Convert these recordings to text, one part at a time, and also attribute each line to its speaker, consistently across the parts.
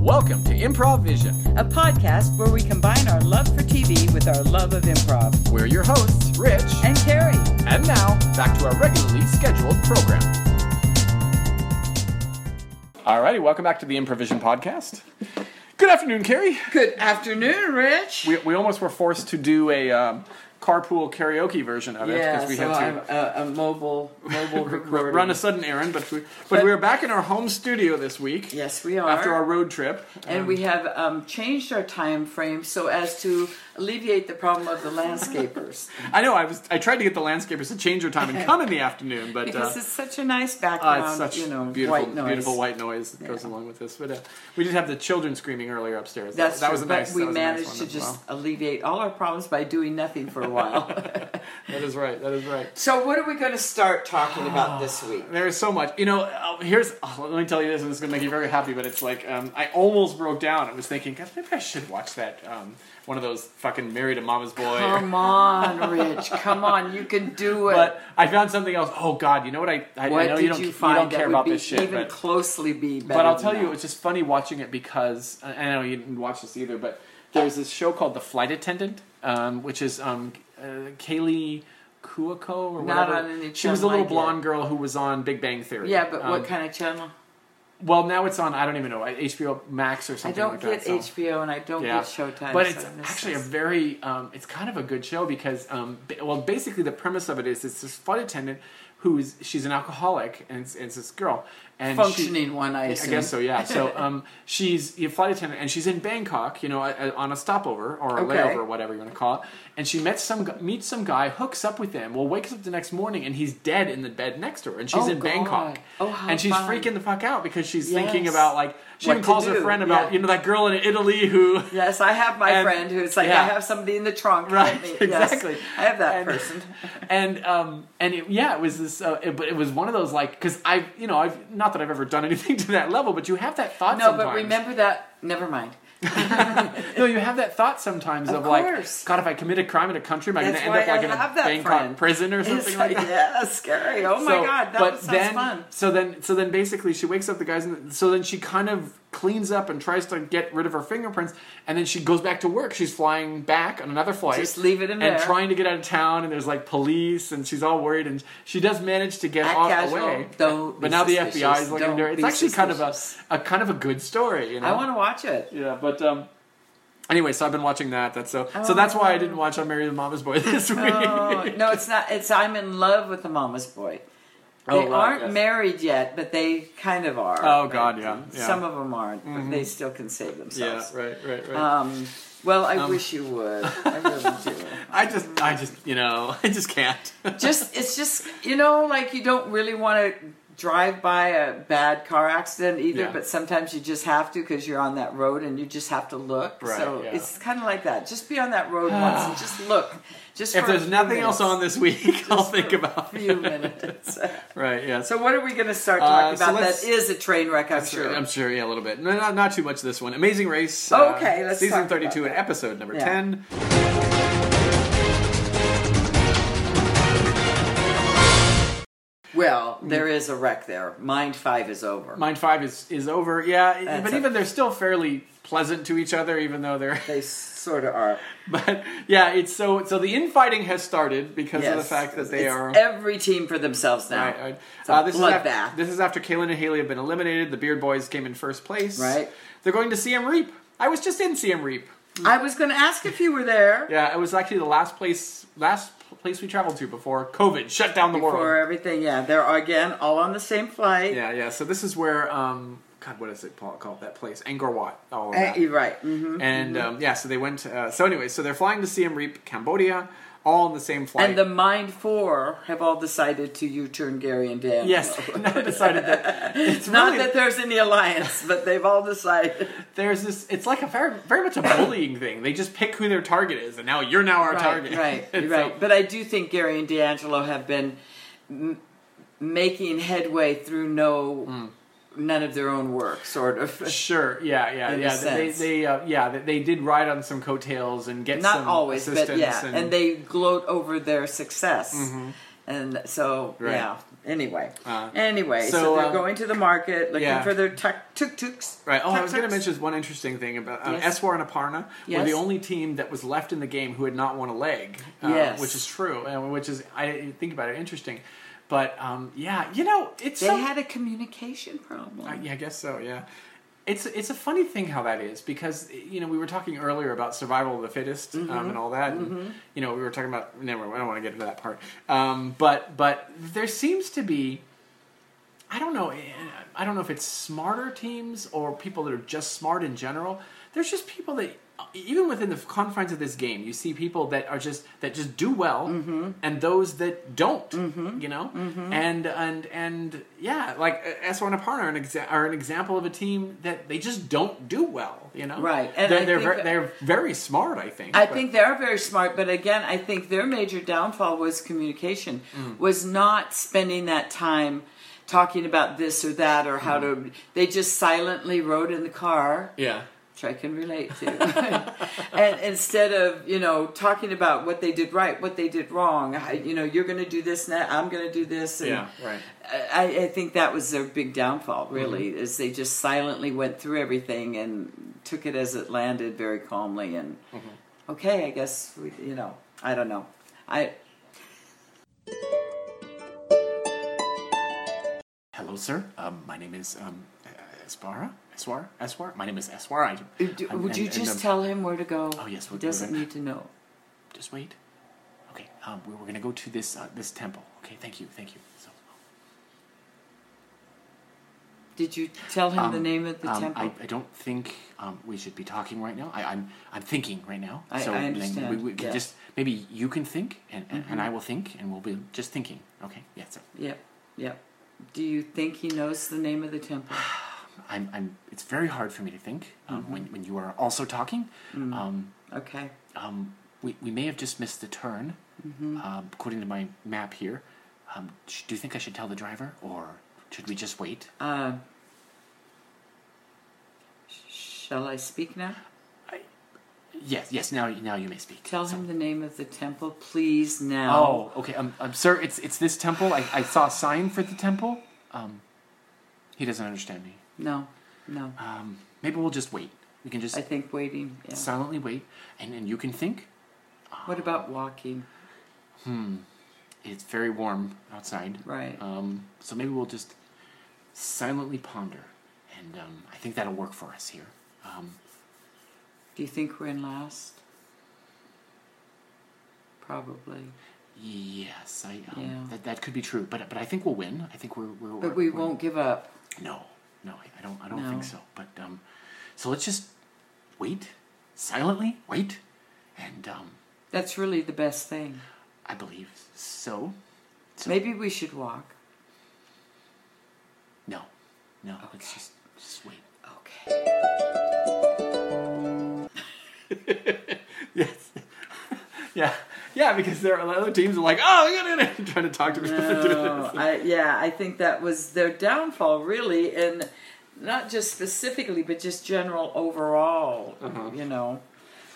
Speaker 1: Welcome to Improv Vision.
Speaker 2: a podcast where we combine our love for TV with our love of improv.
Speaker 1: We're your hosts, Rich,
Speaker 2: And Carrie,
Speaker 1: and now back to our regularly scheduled program. Alrighty, welcome back to the Improvision podcast. Good afternoon, Carrie.
Speaker 2: good afternoon, Rich.
Speaker 1: We, we almost were forced to do a um, carpool karaoke version of it
Speaker 2: yeah,
Speaker 1: because we
Speaker 2: so
Speaker 1: had to
Speaker 2: I'm a, a mobile mobile
Speaker 1: r-
Speaker 2: recorder.
Speaker 1: run a sudden errand. But we, but we are back in our home studio this week.
Speaker 2: yes, we are.
Speaker 1: After our road trip,
Speaker 2: and we have um, changed our time frame so as to alleviate the problem of the landscapers
Speaker 1: I know I was. I tried to get the landscapers to change their time and come in the afternoon, but uh,
Speaker 2: because it's such a nice
Speaker 1: Uh,
Speaker 2: background.
Speaker 1: it's such
Speaker 2: you know,
Speaker 1: beautiful,
Speaker 2: white noise.
Speaker 1: beautiful white noise that goes along with this. But uh, we did have the children screaming earlier upstairs. that,
Speaker 2: That's
Speaker 1: that
Speaker 2: true,
Speaker 1: was a
Speaker 2: but
Speaker 1: nice.
Speaker 2: we
Speaker 1: that was a nice
Speaker 2: managed
Speaker 1: one
Speaker 2: to
Speaker 1: as
Speaker 2: just
Speaker 1: well.
Speaker 2: alleviate all our problems by doing nothing for a while.
Speaker 1: That is right. That is right.
Speaker 2: so, what are we going to start talking about this week?
Speaker 1: There is so much. You know, uh, here's. Oh, let me tell you this, and it's going to make you very happy. But it's like um, I almost broke down. I was thinking, God, maybe I should watch that um, one of those fucking Married to Mama's Boy.
Speaker 2: Come on, Rich. Come on, you can do it.
Speaker 1: but I found something else. Oh God, you know what? I I, I
Speaker 2: what
Speaker 1: know
Speaker 2: did
Speaker 1: you
Speaker 2: you,
Speaker 1: don't
Speaker 2: find
Speaker 1: don't
Speaker 2: that
Speaker 1: care
Speaker 2: would
Speaker 1: about
Speaker 2: be
Speaker 1: this shit,
Speaker 2: even
Speaker 1: but-
Speaker 2: closely be better?
Speaker 1: But I'll
Speaker 2: than
Speaker 1: tell you,
Speaker 2: that?
Speaker 1: it's just funny watching it because I I know you didn't watch this either, but there's this show called The Flight Attendant, um, which is um, uh, Kaylee Kuiko or
Speaker 2: Not
Speaker 1: whatever.
Speaker 2: on any
Speaker 1: she was a little
Speaker 2: channel I get.
Speaker 1: blonde girl who was on Big Bang Theory.
Speaker 2: yeah, but
Speaker 1: Um,
Speaker 2: what kind of channel?
Speaker 1: Well, now it's on. I don't even know uh, HBO Max or
Speaker 2: I
Speaker 1: something.
Speaker 2: don't
Speaker 1: like
Speaker 2: get
Speaker 1: that, so-
Speaker 2: HBO and I don't get Showtime.
Speaker 1: but
Speaker 2: so
Speaker 1: it's
Speaker 2: I miss
Speaker 1: actually a
Speaker 2: this.
Speaker 1: very, um, it's kind of a good show because, um, ba- well, basically the premise of it is it's this flight attendant who is she's an alcoholic and it's, it's this girl and she-
Speaker 2: functioning one.
Speaker 1: I
Speaker 2: I, assume.
Speaker 1: guess so, yeah. So um, she's a flight attendant, and she's in Bangkok, you know, a- a- on a stopover or a
Speaker 2: Okay.
Speaker 1: layover, or whatever you want to call it. And she met some gu- meets some guy, hooks up with him. Well, wakes up the next morning, and he's dead in the bed next to her, and she's
Speaker 2: Oh,
Speaker 1: in Bangkok.
Speaker 2: God. Oh, how
Speaker 1: and she's
Speaker 2: fun.
Speaker 1: freaking the fuck out because she's
Speaker 2: Yes.
Speaker 1: thinking about like she
Speaker 2: What
Speaker 1: even
Speaker 2: to
Speaker 1: calls her
Speaker 2: do,
Speaker 1: friend about
Speaker 2: yeah.
Speaker 1: you know that girl in Italy who.
Speaker 2: Yes, I have my
Speaker 1: And-
Speaker 2: friend who's like,
Speaker 1: yeah.
Speaker 2: I have somebody in the trunk.
Speaker 1: Right,
Speaker 2: help me. Yes,
Speaker 1: exactly.
Speaker 2: I have that
Speaker 1: And-
Speaker 2: person.
Speaker 1: and um and it, yeah it was this uh, it, but it was one of those like because i you know i've not that i've ever done anything to that level but you have that thought
Speaker 2: No, but
Speaker 1: sometimes.
Speaker 2: remember that. Never mind.
Speaker 1: No, you have that thought sometimes of,
Speaker 2: Of
Speaker 1: like,
Speaker 2: course.
Speaker 1: God, if I commit a crime in a country, am I going
Speaker 2: That's
Speaker 1: to end
Speaker 2: why
Speaker 1: up like
Speaker 2: I
Speaker 1: in a
Speaker 2: have that
Speaker 1: Bangkok
Speaker 2: friend.
Speaker 1: prison or something
Speaker 2: It's
Speaker 1: like
Speaker 2: like,
Speaker 1: that?
Speaker 2: yeah, scary. Oh my
Speaker 1: So-
Speaker 2: god, that
Speaker 1: but
Speaker 2: sounds
Speaker 1: then,
Speaker 2: fun.
Speaker 1: so then, so then, basically, she wakes up the guys, and so then she kind of cleans up and tries to get rid of her fingerprints, and then she goes back to work. She's flying back on another flight,
Speaker 2: Just leave it in
Speaker 1: and
Speaker 2: there.
Speaker 1: trying to get out of town. And there's like police, and she's all worried, and she does manage to get
Speaker 2: Act
Speaker 1: off
Speaker 2: casual.
Speaker 1: away.
Speaker 2: Don't
Speaker 1: but
Speaker 2: be
Speaker 1: now the FBI is
Speaker 2: suspicious.
Speaker 1: looking into her.
Speaker 2: Don't
Speaker 1: It's
Speaker 2: be
Speaker 1: actually kind of a,
Speaker 2: suspicious.
Speaker 1: a kind of a good story. You know,
Speaker 2: I want to watch it.
Speaker 1: yeah, but um anyway, so I've been watching that. That's so so that's why I didn't watch on Mary the Mama's Boy this week.
Speaker 2: Oh, no, it's not. It's I'm in love with the mama's boy. They
Speaker 1: Oh, right,
Speaker 2: aren't
Speaker 1: yes.
Speaker 2: married yet, but they kind of are.
Speaker 1: Oh, God, yeah, yeah.
Speaker 2: Some of them aren't, but they still can save themselves.
Speaker 1: right, right, right.
Speaker 2: Um, well, I wish you would. I really do.
Speaker 1: I just I just you know, I just can't.
Speaker 2: Just it's just you know, like you don't really want to drive by a bad car accident either,
Speaker 1: Yeah.
Speaker 2: but sometimes you just have to because you're on that road and you just have to look.
Speaker 1: Right,
Speaker 2: so
Speaker 1: yeah.
Speaker 2: it's kind of like that. Just be on that road once and just look. Just
Speaker 1: if
Speaker 2: for a
Speaker 1: there's
Speaker 2: few
Speaker 1: nothing else
Speaker 2: minutes.
Speaker 1: on this week, I'll think about
Speaker 2: A
Speaker 1: it.
Speaker 2: few minutes.
Speaker 1: Right, yeah. So
Speaker 2: So what are we going to start
Speaker 1: Uh,
Speaker 2: talking
Speaker 1: so
Speaker 2: about?
Speaker 1: let's-
Speaker 2: That is a train wreck, I'm
Speaker 1: sure,
Speaker 2: sure.
Speaker 1: I'm sure, yeah, a little bit. No, not, not too much this one. Amazing Race. uh,
Speaker 2: Oh, okay, let's
Speaker 1: Season
Speaker 2: talk about
Speaker 1: 32 and
Speaker 2: that.
Speaker 1: episode number
Speaker 2: Yeah.
Speaker 1: 10.
Speaker 2: Well,
Speaker 1: mm.
Speaker 2: there is a wreck there. Mind five is over.
Speaker 1: Mind 5 is, is over, yeah.
Speaker 2: That's
Speaker 1: but
Speaker 2: it.
Speaker 1: even they're still fairly pleasant to each other, even though they're
Speaker 2: they sort of are.
Speaker 1: But yeah, it's so so the infighting has started because of the
Speaker 2: Yes.
Speaker 1: fact that they
Speaker 2: It's
Speaker 1: are.
Speaker 2: every team for themselves now.
Speaker 1: Right, right.
Speaker 2: It's a
Speaker 1: Uh, this, is
Speaker 2: bloodbath.
Speaker 1: after, this is after Kaylin and Haley have been eliminated. The Beard Boys came in first place.
Speaker 2: Right.
Speaker 1: They're going to CM Reap. I was just in CM Reap.
Speaker 2: I was going to ask if you were there
Speaker 1: Yeah, it was actually the last place last place we traveled to before COVID shut down the
Speaker 2: for
Speaker 1: world.
Speaker 2: everything. Yeah, they're again all on the same flight.
Speaker 1: Yeah, yeah. So this is where um God, what is it Paul called that place? Angkor Wat. All of
Speaker 2: Uh,
Speaker 1: that.
Speaker 2: you're right. hmm
Speaker 1: and um, yeah, so they went. Uh, so anyway, so they're flying to CM Reap, Cambodia, all in the same flight.
Speaker 2: And the Mind Four have all decided to U-turn Gary and Dan.
Speaker 1: yes, now decided that it's
Speaker 2: Not
Speaker 1: really
Speaker 2: that there's any alliance, but they've all decided.
Speaker 1: there's this it's like a very very much a bullying thing they just pick who their target is and now you're now our target
Speaker 2: Right,
Speaker 1: And
Speaker 2: right.
Speaker 1: so-
Speaker 2: But I do think Gary and D'Angelo have been m- making headway through no
Speaker 1: Hmm.
Speaker 2: none of their own work, sort of.
Speaker 1: sure yeah yeah
Speaker 2: In a
Speaker 1: yeah they,
Speaker 2: sense.
Speaker 1: they uh, yeah they, they did ride on some coattails and get
Speaker 2: Not
Speaker 1: some
Speaker 2: always, but
Speaker 1: assistance
Speaker 2: yeah.
Speaker 1: and, Mm-hmm.
Speaker 2: And, they gloat over their success. And so
Speaker 1: Right.
Speaker 2: yeah. Anyway.
Speaker 1: Uh,
Speaker 2: anyway, so,
Speaker 1: so,
Speaker 2: they're
Speaker 1: um,
Speaker 2: going to the market looking
Speaker 1: yeah.
Speaker 2: for their tuk tuk tuks.
Speaker 1: Right. Oh, I was going to mention is one interesting thing about um,
Speaker 2: Yes.
Speaker 1: Eswar and Aparna were
Speaker 2: Yes.
Speaker 1: the only team that was left in the game who had not won a leg, uh,
Speaker 2: Yes.
Speaker 1: which is true, and which is I didn't think about it interesting, but um, yeah, you know, it's
Speaker 2: They
Speaker 1: so,
Speaker 2: had a communication problem.
Speaker 1: I- yeah, I guess so. Yeah, it's it's a funny thing how that is because you know we were talking earlier about survival of the fittest um, and all that. And, You know, we were talking about never. I don't want to get into that part. Um, but but there seems to be. I don't know. eh, I don't know if it's smarter teams or people that are just smart in general. There's just people that, e, even within the confines of this game, you see people that are just that just do well,
Speaker 2: Mm-hmm.
Speaker 1: and those that don't. You know, and and and yeah, like eh, S1 and Aparna are an, exa- are an example of a team that they just don't do well. You know,
Speaker 2: Right, and
Speaker 1: they're
Speaker 2: I
Speaker 1: they're,
Speaker 2: think-
Speaker 1: ver- they're very smart. I think.
Speaker 2: I
Speaker 1: but-
Speaker 2: think they are very smart, but again, I think their major downfall was communication, was not spending that time talking about this or that or how to. They just silently rode in the car,
Speaker 1: Yeah.
Speaker 2: which I can relate to, and instead of you know talking about what they did right, what they did wrong, I- you know, you're going to do this, and I'm going to do this, and
Speaker 1: Yeah. Right.
Speaker 2: I, I think that was their big downfall, really,
Speaker 1: Mm-hmm.
Speaker 2: is they just silently went through everything and took it as it landed very calmly and
Speaker 1: Mm-hmm.
Speaker 2: okay, I guess we, you know, I don't know, I
Speaker 1: Hello, sir. Um, my name is um, Eswara. Eswar. Eswar. My name is Eswar. I,
Speaker 2: Uh, do,
Speaker 1: I'm-
Speaker 2: would you
Speaker 1: and- and,
Speaker 2: just
Speaker 1: um,
Speaker 2: tell him where to go?
Speaker 1: Oh, yes,
Speaker 2: he
Speaker 1: we'll-
Speaker 2: doesn't
Speaker 1: we'll-
Speaker 2: need to know.
Speaker 1: Just wait. Okay. Um, we're, we're gonna go to this uh, this temple. Okay. Thank you. Thank you. So,
Speaker 2: Did you tell him the
Speaker 1: um,
Speaker 2: name of the
Speaker 1: um,
Speaker 2: temple?
Speaker 1: I, I don't think um, we should be talking right now. I, I'm I'm thinking right now.
Speaker 2: I-
Speaker 1: so
Speaker 2: I
Speaker 1: then
Speaker 2: understand, Mm-hmm.
Speaker 1: We, we can
Speaker 2: yeah.
Speaker 1: just maybe you can think and, and, and I will think and we'll be just thinking. Okay. Yeah. So
Speaker 2: Yep, yep. Do you think he knows the name of the temple?
Speaker 1: I'm I'm. It's very hard for me to think um,
Speaker 2: Mm-hmm.
Speaker 1: when when you are also talking.
Speaker 2: Mm.
Speaker 1: Um,
Speaker 2: Okay.
Speaker 1: um, we, we may have just missed the turn,
Speaker 2: Mm-hmm.
Speaker 1: um, according to my map here. Um, sh- do you think I should tell the driver, or should we just wait?
Speaker 2: Um, sh- shall I speak now?
Speaker 1: Yes, yes. Now, now you may speak.
Speaker 2: Tell
Speaker 1: So-
Speaker 2: him the name of the temple, please, now.
Speaker 1: Oh, okay. Um, um, sir, it's it's this temple. I, I saw a sign for the temple. Um, he doesn't understand me.
Speaker 2: No, no.
Speaker 1: Um, maybe we'll just wait. We can just
Speaker 2: I think waiting. Yeah.
Speaker 1: silently wait, and and you can think. hmm,
Speaker 2: what about walking?
Speaker 1: It's very warm outside.
Speaker 2: Right.
Speaker 1: Um, so maybe we'll just silently ponder, and um, I think that'll work for us here. Um,
Speaker 2: Do you think we're in last? Probably.
Speaker 1: Yes, I um,
Speaker 2: Yeah.
Speaker 1: that that could be true, but but I think we'll win. I think we're we're
Speaker 2: But we
Speaker 1: we're-
Speaker 2: won't give up.
Speaker 1: No, no, I, I don't I don't
Speaker 2: No.
Speaker 1: think so. But um, so let's just wait silently, wait, and um,
Speaker 2: That's really the best thing.
Speaker 1: I believe so. So-
Speaker 2: Maybe we should walk.
Speaker 1: No, no, let's
Speaker 2: Okay.
Speaker 1: just just wait.
Speaker 2: Okay.
Speaker 1: Yes. yeah, yeah, because there are other teams are like, oh, we're gonna trying to talk to me.
Speaker 2: No, I, yeah, I think that was their downfall, really, and not just specifically, but just general overall. You know.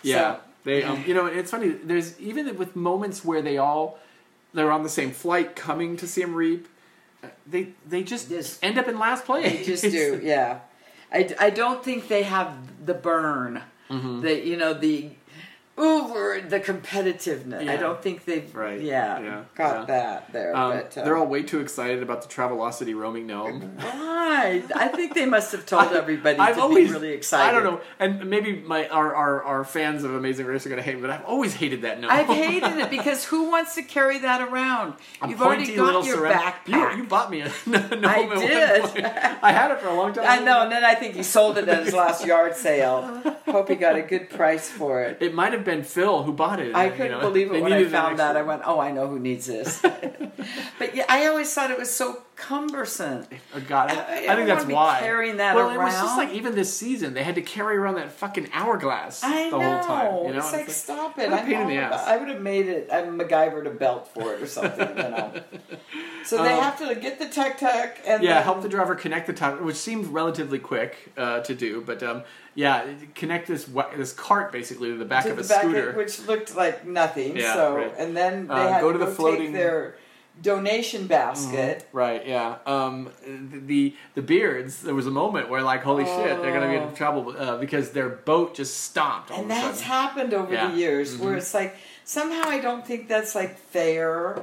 Speaker 1: Yeah,
Speaker 2: So-
Speaker 1: they. Um, you know, it's funny. There's even with moments where they all they're on the same flight coming to Sam Reap. uh, They they just
Speaker 2: Yes.
Speaker 1: end up in last place.
Speaker 2: They just do, yeah. I, I don't think they have the burn,
Speaker 1: Mm-hmm.
Speaker 2: the you know the over the competitiveness. I
Speaker 1: Yeah.
Speaker 2: don't think they've
Speaker 1: Right.
Speaker 2: yeah,
Speaker 1: Yeah.
Speaker 2: got
Speaker 1: Yeah.
Speaker 2: that there.
Speaker 1: Um,
Speaker 2: but, uh,
Speaker 1: they're all way too excited about the Travelocity roaming gnome.
Speaker 2: why? I think they must have told everybody
Speaker 1: I've
Speaker 2: to
Speaker 1: always
Speaker 2: be really excited.
Speaker 1: I don't know, and maybe my our, our, our fans of Amazing Race are gonna hate, me, but I've always hated that gnome.
Speaker 2: I've hated it because who wants to carry that around?
Speaker 1: A
Speaker 2: You've already
Speaker 1: pointy
Speaker 2: got
Speaker 1: little
Speaker 2: your
Speaker 1: syringe-
Speaker 2: backpack.
Speaker 1: You, you bought me a gnome.
Speaker 2: I
Speaker 1: at one
Speaker 2: did.
Speaker 1: point. I had it for a long time.
Speaker 2: I know, and then I think he sold it at his last yard sale. Hope he got a good price for it.
Speaker 1: It might have been Phil who bought it.
Speaker 2: I
Speaker 1: you
Speaker 2: couldn't
Speaker 1: know.
Speaker 2: believe
Speaker 1: They
Speaker 2: it when I
Speaker 1: needed an
Speaker 2: found that.
Speaker 1: extra-
Speaker 2: I went, oh, I know who needs this. but yeah, I always thought it was so cumbersome.
Speaker 1: Oh, God, I, I
Speaker 2: don't
Speaker 1: think that's
Speaker 2: wanna be
Speaker 1: why.
Speaker 2: carrying that
Speaker 1: well, it was just
Speaker 2: around.
Speaker 1: like even this season, they had to carry around that fucking hourglass
Speaker 2: I
Speaker 1: the
Speaker 2: know.
Speaker 1: whole time. You know,
Speaker 2: it's
Speaker 1: And
Speaker 2: like, stop it.
Speaker 1: what a pain in
Speaker 2: all
Speaker 1: the
Speaker 2: about-
Speaker 1: ass.
Speaker 2: I would have made it. I MacGyvered a belt for it or something. You know. So they
Speaker 1: Um,
Speaker 2: have to get the tuck tuck and
Speaker 1: yeah,
Speaker 2: then-
Speaker 1: help the driver connect the top, which seemed relatively quick uh, to do, but um, yeah, connect this wa- this cart basically to the back
Speaker 2: to
Speaker 1: of
Speaker 2: the
Speaker 1: a
Speaker 2: back,
Speaker 1: scooter.
Speaker 2: which looked like nothing.
Speaker 1: Yeah,
Speaker 2: so
Speaker 1: right.
Speaker 2: and then they
Speaker 1: Uh,
Speaker 2: had
Speaker 1: go to
Speaker 2: to
Speaker 1: the
Speaker 2: go
Speaker 1: floating- Mm-hmm.
Speaker 2: take their donation basket.
Speaker 1: Right, yeah. Um, the the beards. There was a moment where like, holy shit, they're gonna be in trouble uh, because their boat just stopped. All
Speaker 2: Oh. And
Speaker 1: of a
Speaker 2: that's
Speaker 1: sudden.
Speaker 2: happened over
Speaker 1: Yeah. Mm-hmm.
Speaker 2: the years where it's like somehow I don't think that's like fair.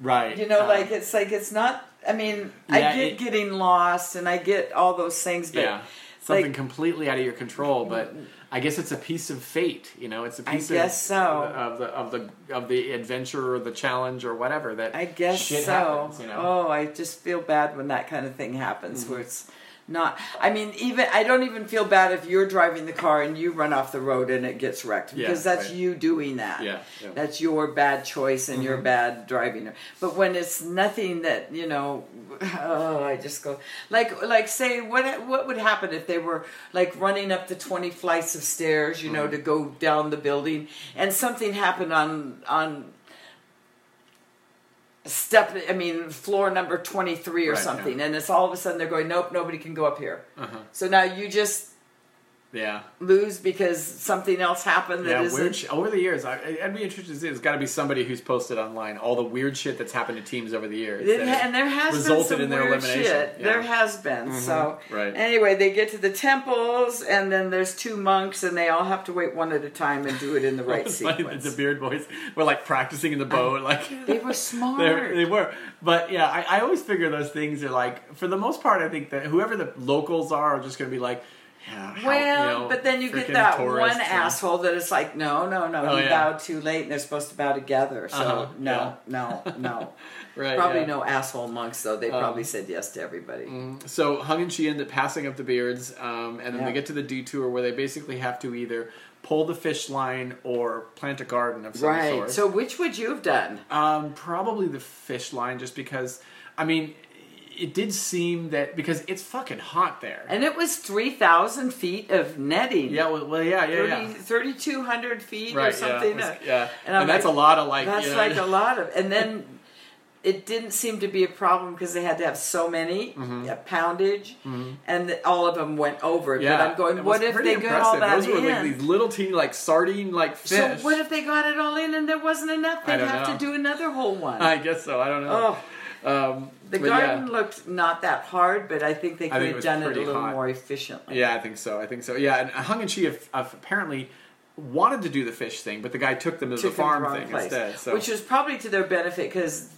Speaker 1: right.
Speaker 2: You know,
Speaker 1: uh,
Speaker 2: like it's like it's not I mean, I
Speaker 1: Yeah,
Speaker 2: get
Speaker 1: it-
Speaker 2: getting lost and I get all those things, but
Speaker 1: yeah, something
Speaker 2: like-
Speaker 1: completely out of your control. But I guess it's a piece of fate. You know, it's a
Speaker 2: I
Speaker 1: piece
Speaker 2: guess
Speaker 1: of,
Speaker 2: so.
Speaker 1: of the of the of the adventure or the challenge or whatever that
Speaker 2: I guess
Speaker 1: shit
Speaker 2: so.
Speaker 1: happens. You know, Mm-hmm.
Speaker 2: Oh, I just feel bad when that kind of thing happens where it's not I mean, even I don't even feel bad if you're driving the car and you run off the road and it gets wrecked
Speaker 1: Yeah,
Speaker 2: because that's
Speaker 1: right.
Speaker 2: you doing that.
Speaker 1: Yeah, yeah. Mm-hmm.
Speaker 2: That's your bad choice and your bad driving. But when it's nothing that, you know, oh, I just go like like say what what would happen if they were like running up the 20 flights of stairs, you know,
Speaker 1: Mm-hmm.
Speaker 2: to go down the building and something happened on on step i mean floor number 23 or
Speaker 1: Right, Uh-huh.
Speaker 2: something and it's all of a sudden they're going nope nobody can go up here so now you just
Speaker 1: yeah.
Speaker 2: lose because something else happened
Speaker 1: Yeah,
Speaker 2: that
Speaker 1: weird
Speaker 2: not
Speaker 1: sh- over the years, I, I'd be interested to see. There's got to be somebody who's posted online all the weird shit that's happened to teams over the years.
Speaker 2: It,
Speaker 1: that
Speaker 2: and there has been
Speaker 1: resulted
Speaker 2: some
Speaker 1: in their
Speaker 2: weird
Speaker 1: elimination.
Speaker 2: shit.
Speaker 1: Yeah. Mm-hmm.
Speaker 2: There has been. So
Speaker 1: Right.
Speaker 2: anyway, they get to the temples, and then there's two monks, and they all have to wait one at a time and do it in the right
Speaker 1: It's funny that
Speaker 2: sequence.
Speaker 1: the beard boys were like practicing in the boat, like
Speaker 2: they were smart.
Speaker 1: they they were. But yeah, I, I always figure those things are like, for the most part, I think that whoever the locals are are just going to be like, yeah, how-
Speaker 2: Well,
Speaker 1: you know,
Speaker 2: but then you get
Speaker 1: freaking
Speaker 2: that one
Speaker 1: tourists and-
Speaker 2: asshole that it's like, no, no, no,
Speaker 1: Oh,
Speaker 2: he
Speaker 1: yeah.
Speaker 2: bowed too late, and they're supposed to bow together. So
Speaker 1: Uh-huh,
Speaker 2: no, no, no.
Speaker 1: right?
Speaker 2: probably
Speaker 1: yeah. Um,
Speaker 2: no asshole monks though. They probably said yes to everybody.
Speaker 1: So Hung and she end up passing up the beards, um, and then
Speaker 2: Yeah.
Speaker 1: they get to the detour where they basically have to either pull the fish line or plant a garden of some
Speaker 2: Right.
Speaker 1: sort.
Speaker 2: So which would you have done?
Speaker 1: Um, probably the fish line, just because. I mean, it did seem that because it's fucking hot there.
Speaker 2: And it was three thousand feet of netting.
Speaker 1: yeah. Well, well, yeah. Yeah.
Speaker 2: 30
Speaker 1: Yeah.
Speaker 2: 3,200 feet or
Speaker 1: Right. Yeah.
Speaker 2: something. Uh,
Speaker 1: it was- yeah.
Speaker 2: And
Speaker 1: And,
Speaker 2: I'm
Speaker 1: that's
Speaker 2: like,
Speaker 1: a lot of like.
Speaker 2: That's
Speaker 1: you know,
Speaker 2: like a lot of, and then it didn't seem to be a problem because they had to have so many
Speaker 1: Mm-hmm.
Speaker 2: a poundage, and th- all of them went over.
Speaker 1: Yeah.
Speaker 2: but I'm
Speaker 1: It
Speaker 2: going,
Speaker 1: was
Speaker 2: what if
Speaker 1: pretty
Speaker 2: they got all
Speaker 1: impressive.
Speaker 2: that
Speaker 1: Those were
Speaker 2: in?
Speaker 1: like these little teeny like sardine like fish.
Speaker 2: so what if they got it all in and there wasn't enough?
Speaker 1: I
Speaker 2: They'd
Speaker 1: don't
Speaker 2: have
Speaker 1: know.
Speaker 2: to do another whole one.
Speaker 1: I guess so. I don't know.
Speaker 2: oh,
Speaker 1: um,
Speaker 2: the
Speaker 1: but
Speaker 2: garden
Speaker 1: Yeah.
Speaker 2: looked not that hard, but I think they
Speaker 1: think
Speaker 2: could
Speaker 1: it
Speaker 2: have
Speaker 1: was
Speaker 2: done it a
Speaker 1: pretty
Speaker 2: little
Speaker 1: hot.
Speaker 2: more efficiently.
Speaker 1: Yeah, I think so. I think so. Yeah, and Hung and Chi have, have apparently wanted to do the fish thing, but the guy took them to the
Speaker 2: Took them
Speaker 1: farm
Speaker 2: wrong
Speaker 1: thing
Speaker 2: place,
Speaker 1: instead. So
Speaker 2: which was probably to their benefit because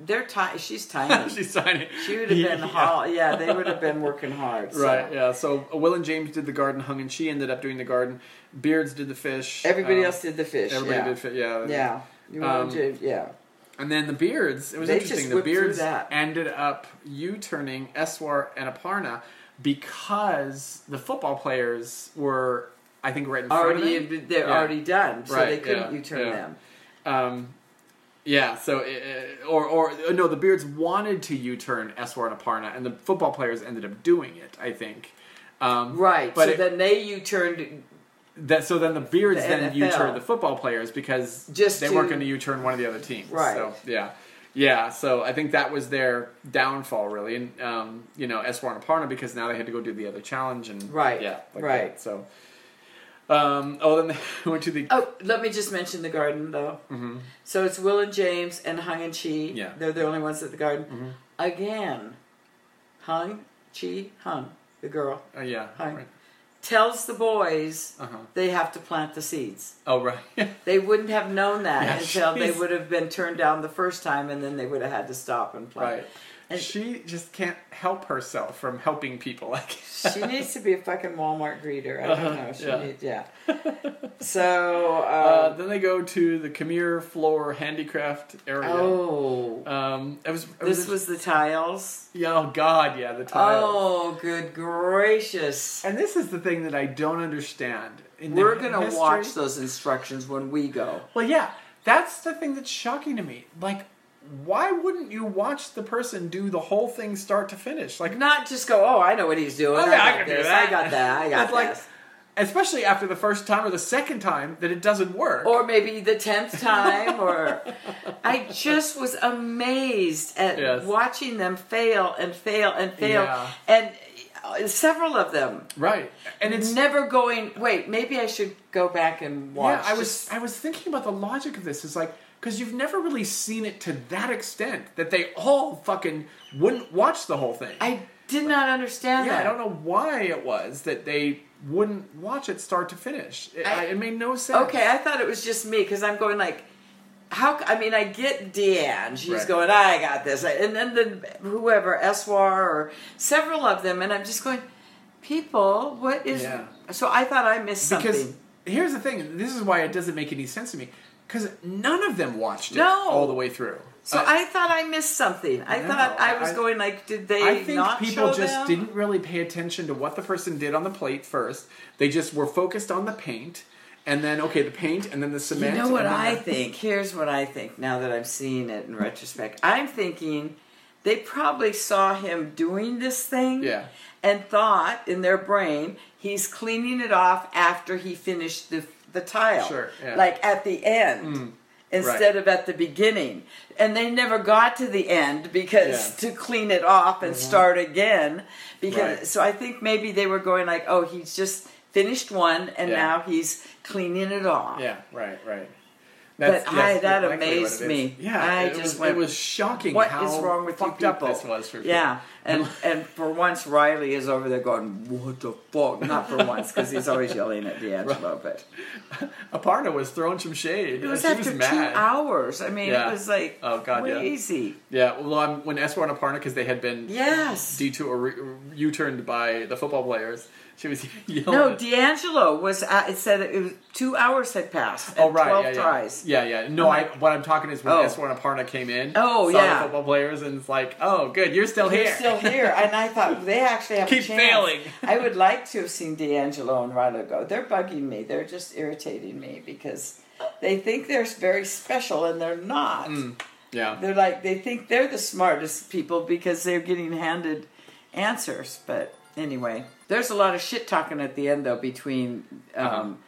Speaker 2: they're ti- she's tiny.
Speaker 1: she's signing.
Speaker 2: She would have
Speaker 1: He-
Speaker 2: been
Speaker 1: yeah.
Speaker 2: hard. Yeah, they would have been working hard. so.
Speaker 1: Right, yeah. So uh, Will and James did the garden, Hung and She ended up doing the garden. Beards did the fish.
Speaker 2: Everybody
Speaker 1: Um,
Speaker 2: else did the fish.
Speaker 1: Everybody
Speaker 2: yeah.
Speaker 1: did fish. Yeah.
Speaker 2: Yeah. You
Speaker 1: Um,
Speaker 2: wanted to, yeah.
Speaker 1: And then the beards. It was
Speaker 2: They just
Speaker 1: interesting. The
Speaker 2: whipped through
Speaker 1: beards
Speaker 2: that.
Speaker 1: ended up U-turning Eswar and Aparna because the football players were, I think, right in front of them.
Speaker 2: Already, they're
Speaker 1: Yeah.
Speaker 2: already done, so they
Speaker 1: Right,
Speaker 2: couldn't
Speaker 1: yeah,
Speaker 2: you turn
Speaker 1: yeah.
Speaker 2: them.
Speaker 1: Um, yeah. So uh, or or no, the beards wanted to U-turn Eswar and Aparna, and the football players ended up doing it. I think. Um,
Speaker 2: Right.
Speaker 1: But
Speaker 2: so
Speaker 1: it-
Speaker 2: then they you turned
Speaker 1: That so then the beards
Speaker 2: The
Speaker 1: then
Speaker 2: NFL.
Speaker 1: U-turn the football players because
Speaker 2: Just
Speaker 1: they
Speaker 2: to-
Speaker 1: weren't going to U-turn one of the other teams.
Speaker 2: Right.
Speaker 1: So yeah, yeah. So I think that was their downfall really, and um, you know Eswar and Aparna because now they had to go do the other challenge and
Speaker 2: Right.
Speaker 1: yeah, like
Speaker 2: Right.
Speaker 1: that. So um, oh, then they went to the
Speaker 2: Oh, let me just mention the garden though. Mm-hmm. So it's Will and James and Hung and Chi.
Speaker 1: Yeah. Mm-hmm.
Speaker 2: They're the only ones at the garden. Again, Hung, Chi, Hung, the girl,
Speaker 1: oh, yeah
Speaker 2: Hung,
Speaker 1: right.
Speaker 2: tells the boys
Speaker 1: Uh-huh.
Speaker 2: they have to plant the seeds.
Speaker 1: oh right
Speaker 2: They wouldn't have known that
Speaker 1: Yeah,
Speaker 2: until they
Speaker 1: she's-
Speaker 2: would have been turned down the first time, and then they would have had to stop and play.
Speaker 1: right.
Speaker 2: And-
Speaker 1: she just can't help herself from helping people like
Speaker 2: She needs to be a fucking Walmart greeter. I don't know. She
Speaker 1: yeah.
Speaker 2: needs, Uh-huh. yeah. So,
Speaker 1: Uh,
Speaker 2: uh,
Speaker 1: then they go to the Khmer floor handicraft area.
Speaker 2: oh,
Speaker 1: Um, it was, it
Speaker 2: this
Speaker 1: a-
Speaker 2: was the tiles.
Speaker 1: Yeah, oh God, yeah, the tiles.
Speaker 2: Oh, good gracious!
Speaker 1: Oh. And this is the thing that I don't understand. In
Speaker 2: We're
Speaker 1: the
Speaker 2: gonna
Speaker 1: history-
Speaker 2: watch those instructions when we go.
Speaker 1: Well, yeah, that's the thing that's shocking to me. Like, why wouldn't you watch the person do the whole thing start to finish? Like,
Speaker 2: Not just go. Oh, I know what he's doing.
Speaker 1: oh,
Speaker 2: I
Speaker 1: yeah,
Speaker 2: got
Speaker 1: I can
Speaker 2: this.
Speaker 1: do that.
Speaker 2: I got that. I got
Speaker 1: But, like,
Speaker 2: this.
Speaker 1: especially after the first time or the second time that it doesn't work.
Speaker 2: or maybe the tenth time or i just was amazed at
Speaker 1: Yes.
Speaker 2: watching them fail and fail and fail
Speaker 1: Yeah.
Speaker 2: and uh, several of them
Speaker 1: right, and it's
Speaker 2: never going wait maybe i should go back and watch
Speaker 1: yeah. I was
Speaker 2: just-
Speaker 1: I was thinking about the logic of this. Is like because you've never really seen it to that extent that they all fucking wouldn't watch the whole thing.
Speaker 2: I did not understand
Speaker 1: yeah,
Speaker 2: that.
Speaker 1: I don't know why it was that they wouldn't watch it start to finish. It,
Speaker 2: I-
Speaker 1: I, it made no sense.
Speaker 2: Okay, I thought it was just me because I'm going like, how? c- I mean, I get Deanne. She's
Speaker 1: Right.
Speaker 2: going, I got this, and then the whoever Eswar or several of them, and I'm just going, people, what is?
Speaker 1: Yeah.
Speaker 2: So I thought I missed something.
Speaker 1: because here's the thing. This is why it doesn't make any sense to me because none of them watched it
Speaker 2: No.
Speaker 1: all the way through.
Speaker 2: so
Speaker 1: Uh,
Speaker 2: I thought I missed something. I
Speaker 1: No,
Speaker 2: thought I was
Speaker 1: I-
Speaker 2: going like, did they
Speaker 1: I think
Speaker 2: not
Speaker 1: people
Speaker 2: show
Speaker 1: just
Speaker 2: them?
Speaker 1: didn't really pay attention to what the person did on the plate first. They just were focused on the paint, and then okay, the paint, and then the
Speaker 2: You
Speaker 1: cement.
Speaker 2: know what
Speaker 1: and then
Speaker 2: I
Speaker 1: the-
Speaker 2: think? Here's what I think now that I'm seeing it in retrospect. I'm thinking they probably saw him doing this thing
Speaker 1: Yeah.
Speaker 2: and thought in their brain he's cleaning it off after he finished the, the tile.
Speaker 1: Sure, yeah. Mm,
Speaker 2: Like at the end. Instead of at the beginning, and they never got to the end because to clean it off and start again. Because
Speaker 1: Mm-hmm. Right.
Speaker 2: so I think maybe they were going like, oh, he's just finished one, and
Speaker 1: Yeah.
Speaker 2: now he's cleaning it off.
Speaker 1: Yeah, right, right.
Speaker 2: But I-
Speaker 1: likely what
Speaker 2: that
Speaker 1: it
Speaker 2: amazed
Speaker 1: is.
Speaker 2: me.
Speaker 1: Yeah,
Speaker 2: I
Speaker 1: it
Speaker 2: just
Speaker 1: was,
Speaker 2: went,
Speaker 1: it was shocking.
Speaker 2: What is
Speaker 1: how
Speaker 2: wrong with you
Speaker 1: fucked up
Speaker 2: people?
Speaker 1: this was for people.
Speaker 2: yeah, and and for once Riley is over there going, "What the fuck?" Not for once because he's always yelling at D'Angelo, but
Speaker 1: Aparna was throwing some shade.
Speaker 2: it was
Speaker 1: she
Speaker 2: after
Speaker 1: was mad.
Speaker 2: two hours. I mean,
Speaker 1: Yeah.
Speaker 2: it was like
Speaker 1: Oh, God, yeah.
Speaker 2: crazy.
Speaker 1: Yeah, well, um, when Eswar and Aparna, because they had been
Speaker 2: Yes.
Speaker 1: detour re- U-turned by the football players, she was yelling.
Speaker 2: no,
Speaker 1: at-
Speaker 2: D'Angelo was. At, it said it was two hours had passed. And
Speaker 1: Oh right,
Speaker 2: twelve
Speaker 1: yeah, yeah.
Speaker 2: tries.
Speaker 1: Yeah, yeah. No, I what I'm talking is when
Speaker 2: Oh.
Speaker 1: Eswar and Aparna came in.
Speaker 2: Oh,
Speaker 1: saw
Speaker 2: yeah.
Speaker 1: the football players, and it's like, oh, good, you're still
Speaker 2: They're
Speaker 1: here.
Speaker 2: still here, and I thought they actually have
Speaker 1: Keep
Speaker 2: a chance.
Speaker 1: failing.
Speaker 2: I would like to have seen D'Angelo and Riley go. They're bugging me. They're just irritating me because they think they're very special, and they're not.
Speaker 1: Mm. yeah,
Speaker 2: They're like they think they're the smartest people because they're getting handed answers. But anyway, there's a lot of shit talking at the end though between um,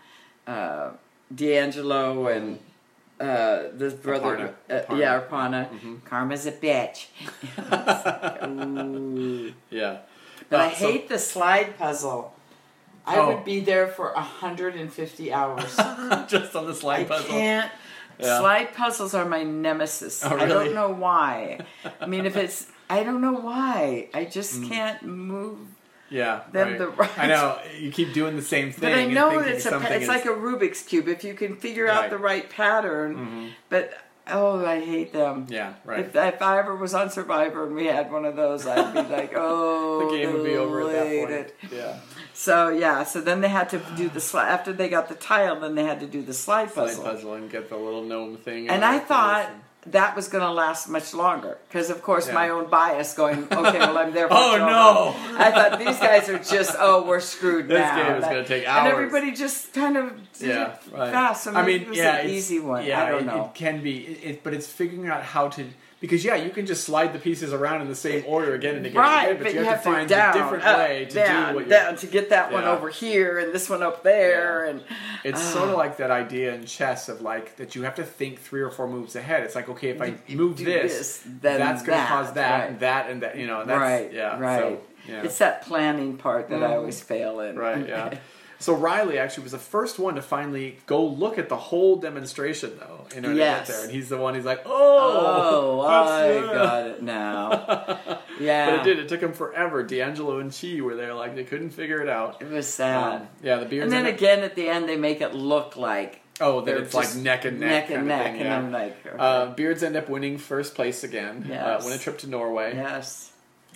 Speaker 2: uh, D'Angelo and uh, the brother,
Speaker 1: Aparna.
Speaker 2: Uh, yeah, Arpana. Karma's a bitch. Ooh.
Speaker 1: yeah.
Speaker 2: But I
Speaker 1: Uh, so-
Speaker 2: hate the slide puzzle. I
Speaker 1: Oh.
Speaker 2: would be there for 150 hours.
Speaker 1: just on the slide
Speaker 2: I
Speaker 1: puzzle.
Speaker 2: can't.
Speaker 1: Yeah.
Speaker 2: Slide puzzles are my nemesis.
Speaker 1: Oh,
Speaker 2: I don't
Speaker 1: really?
Speaker 2: know why. I mean, if it's, I don't know why. I just
Speaker 1: Mm.
Speaker 2: can't move.
Speaker 1: Yeah,
Speaker 2: Then the right-
Speaker 1: I know you keep doing the same thing.
Speaker 2: But I
Speaker 1: and
Speaker 2: know
Speaker 1: thinking
Speaker 2: it's a, pa-
Speaker 1: something
Speaker 2: it's
Speaker 1: is-
Speaker 2: like a Rubik's cube. If you can figure out
Speaker 1: Right. Mm-hmm.
Speaker 2: the right pattern, but oh, I hate them.
Speaker 1: yeah, right.
Speaker 2: If, if I ever was on Survivor and we had one of those, I'd be like,
Speaker 1: The
Speaker 2: oh,
Speaker 1: game would be over at that
Speaker 2: delete
Speaker 1: point. Yeah,
Speaker 2: So yeah, so then they had to do the slide after they got the tile. Then they had to do the slide
Speaker 1: slide
Speaker 2: puzzle,
Speaker 1: puzzle and get the little gnome thing.
Speaker 2: and
Speaker 1: all
Speaker 2: I
Speaker 1: that
Speaker 2: thought
Speaker 1: stuff.
Speaker 2: that was going to last much longer because, of course,
Speaker 1: Yeah.
Speaker 2: my own bias going, okay, well, I'm there. For
Speaker 1: Oh,
Speaker 2: twelve
Speaker 1: no.
Speaker 2: hours." I thought these guys are just, oh, we're screwed
Speaker 1: This
Speaker 2: now.
Speaker 1: game is
Speaker 2: Like-
Speaker 1: gonna take
Speaker 2: and
Speaker 1: hours.
Speaker 2: everybody just kind of did
Speaker 1: yeah,
Speaker 2: it
Speaker 1: right.
Speaker 2: fast. So
Speaker 1: I
Speaker 2: maybe
Speaker 1: mean,
Speaker 2: it was
Speaker 1: yeah,
Speaker 2: an
Speaker 1: it's-
Speaker 2: easy one.
Speaker 1: Yeah,
Speaker 2: I
Speaker 1: it-
Speaker 2: don't know.
Speaker 1: It can be, it, it- but it's figuring out how to because yeah, you can just slide the pieces around in the same order again and again,
Speaker 2: Right,
Speaker 1: and again
Speaker 2: but, you have,
Speaker 1: to find
Speaker 2: down,
Speaker 1: a different
Speaker 2: up,
Speaker 1: way to
Speaker 2: down,
Speaker 1: do what you're
Speaker 2: down to get that one
Speaker 1: Yeah.
Speaker 2: over here and this one up there,
Speaker 1: Yeah.
Speaker 2: and
Speaker 1: It's
Speaker 2: Ah.
Speaker 1: sort of like that idea in chess of like that you have to think three or four moves ahead. It's like okay, if I move
Speaker 2: do
Speaker 1: this,
Speaker 2: this, then
Speaker 1: that's going to
Speaker 2: that,
Speaker 1: cause that,
Speaker 2: right.
Speaker 1: and that, and that. You know, that's,
Speaker 2: right,
Speaker 1: yeah,
Speaker 2: right.
Speaker 1: So, yeah, Mm.
Speaker 2: It's that planning part that I always fail in.
Speaker 1: right, yeah. So Riley actually was the first one to finally go look at the whole demonstration, though. In order
Speaker 2: Yes.
Speaker 1: to get there, and he's the one. He's like,
Speaker 2: Oh,
Speaker 1: oh,
Speaker 2: I
Speaker 1: that's it."
Speaker 2: got it now. Yeah,
Speaker 1: But it did. It took him forever. D'Angelo and Chi were there, like they couldn't figure it out.
Speaker 2: It was sad.
Speaker 1: Um, yeah, the beards.
Speaker 2: and then
Speaker 1: end up-
Speaker 2: again, at the end, they make it look like
Speaker 1: oh, that
Speaker 2: they're
Speaker 1: it's like
Speaker 2: just
Speaker 1: neck and neck,
Speaker 2: neck and
Speaker 1: kind of
Speaker 2: neck,
Speaker 1: thing,
Speaker 2: and
Speaker 1: yeah.
Speaker 2: I'm like, okay.
Speaker 1: Uh, Beards end up winning first place again. Uh,
Speaker 2: Yes.
Speaker 1: win a trip to Norway.
Speaker 2: yes.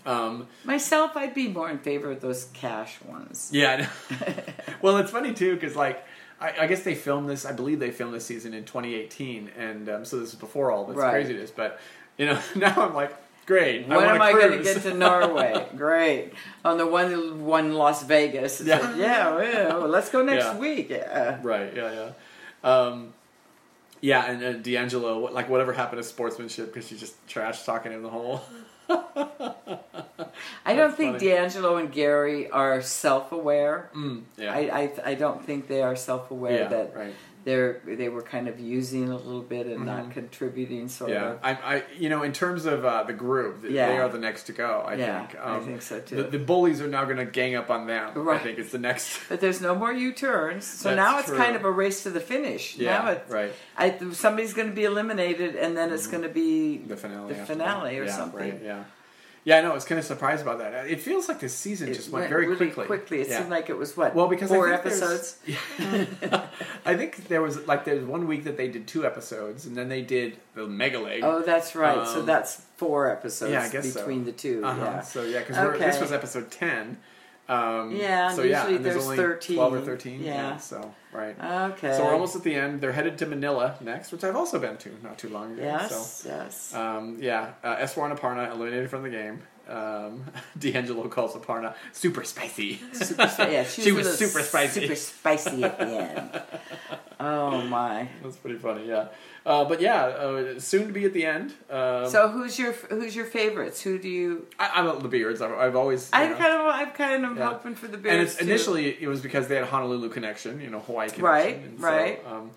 Speaker 1: Um,
Speaker 2: Myself, I'd be more in favor of those cash ones.
Speaker 1: yeah. I know. well, it's funny too because like I, I guess they filmed this. I believe they filmed this season in 2018, and um, so this is before all this
Speaker 2: Right.
Speaker 1: craziness. But you know, now I'm like, great.
Speaker 2: When
Speaker 1: I
Speaker 2: am I going to
Speaker 1: to
Speaker 2: get to Norway? Great. On the one, one Las Vegas. It's
Speaker 1: Yeah.
Speaker 2: like, yeah, well, let's go next
Speaker 1: Yeah.
Speaker 2: week. Yeah.
Speaker 1: Right. Yeah. Yeah. Um, yeah, and uh, D'Angelo, what- like whatever happened to sportsmanship because she just trash talking him the whole
Speaker 2: I don't
Speaker 1: That's
Speaker 2: think
Speaker 1: funny.
Speaker 2: D'Angelo and Gary are self-aware.
Speaker 1: Mm, yeah.
Speaker 2: I, I I don't think they are self-aware
Speaker 1: yeah,
Speaker 2: that
Speaker 1: right.
Speaker 2: they're they were kind of using a little bit and not contributing sort
Speaker 1: Mm-hmm. Yeah,
Speaker 2: of.
Speaker 1: I, I, you know, in terms of uh, the group, th- they
Speaker 2: Yeah.
Speaker 1: are the next to go. I
Speaker 2: Yeah,
Speaker 1: think. Um,
Speaker 2: I think so, too.
Speaker 1: The, the bullies are now going to gang up on them. I
Speaker 2: Right.
Speaker 1: think it's the next.
Speaker 2: But there's no more U-turns, so
Speaker 1: That's
Speaker 2: now it's
Speaker 1: true.
Speaker 2: kind of a race to the finish.
Speaker 1: Yeah,
Speaker 2: now it's,
Speaker 1: right. Mm-hmm.
Speaker 2: I, somebody's going to be eliminated, and then it's going to be
Speaker 1: The finale.
Speaker 2: the
Speaker 1: after
Speaker 2: finale
Speaker 1: that.
Speaker 2: or
Speaker 1: yeah,
Speaker 2: something.
Speaker 1: Right, yeah. Yeah, I know. I was kind of surprised about that. It feels like this season
Speaker 2: It
Speaker 1: just went, very
Speaker 2: really
Speaker 1: quickly.
Speaker 2: It
Speaker 1: yeah.
Speaker 2: seemed like it was what
Speaker 1: Well, because I
Speaker 2: four
Speaker 1: think there's-
Speaker 2: episodes.
Speaker 1: I think there was like there was one week that they did two episodes, and then they did the mega leg.
Speaker 2: Oh, that's right. so
Speaker 1: Um,
Speaker 2: that's four episodes
Speaker 1: yeah, I guess so.
Speaker 2: between the 2
Speaker 1: Uh-huh.
Speaker 2: Yeah.
Speaker 1: So yeah, because
Speaker 2: Okay.
Speaker 1: this was episode ten. Um,
Speaker 2: Yeah, and
Speaker 1: So yeah,
Speaker 2: usually
Speaker 1: and there's,
Speaker 2: there's
Speaker 1: only
Speaker 2: 13.
Speaker 1: twelve or thirteen.
Speaker 2: Yeah.
Speaker 1: so right.
Speaker 2: Okay.
Speaker 1: So we're almost at the end. They're headed to Manila next, which I've also been to not too long ago.
Speaker 2: Yes. yes.
Speaker 1: So, um, yeah, uh, Eswar and Aparna eliminated from the game. Um, D'Angelo calls Aparna super spicy.
Speaker 2: super spicy. Yeah, she,
Speaker 1: she
Speaker 2: was, a
Speaker 1: was
Speaker 2: little
Speaker 1: super spicy.
Speaker 2: Super spicy at the end. oh my.
Speaker 1: That's pretty funny, yeah. Uh, but yeah, uh, soon to be at the end. Um,
Speaker 2: So who's your who's your favorites? Who do you?
Speaker 1: I, I'm a- the Beards. I've, I've always. you
Speaker 2: I
Speaker 1: know,
Speaker 2: kind of I'm kind of
Speaker 1: Yeah.
Speaker 2: hoping for the Bears.
Speaker 1: and it's
Speaker 2: too.
Speaker 1: initially it was because they had a Honolulu connection, you know, Hawaii connection.
Speaker 2: Right,
Speaker 1: and
Speaker 2: right.
Speaker 1: um,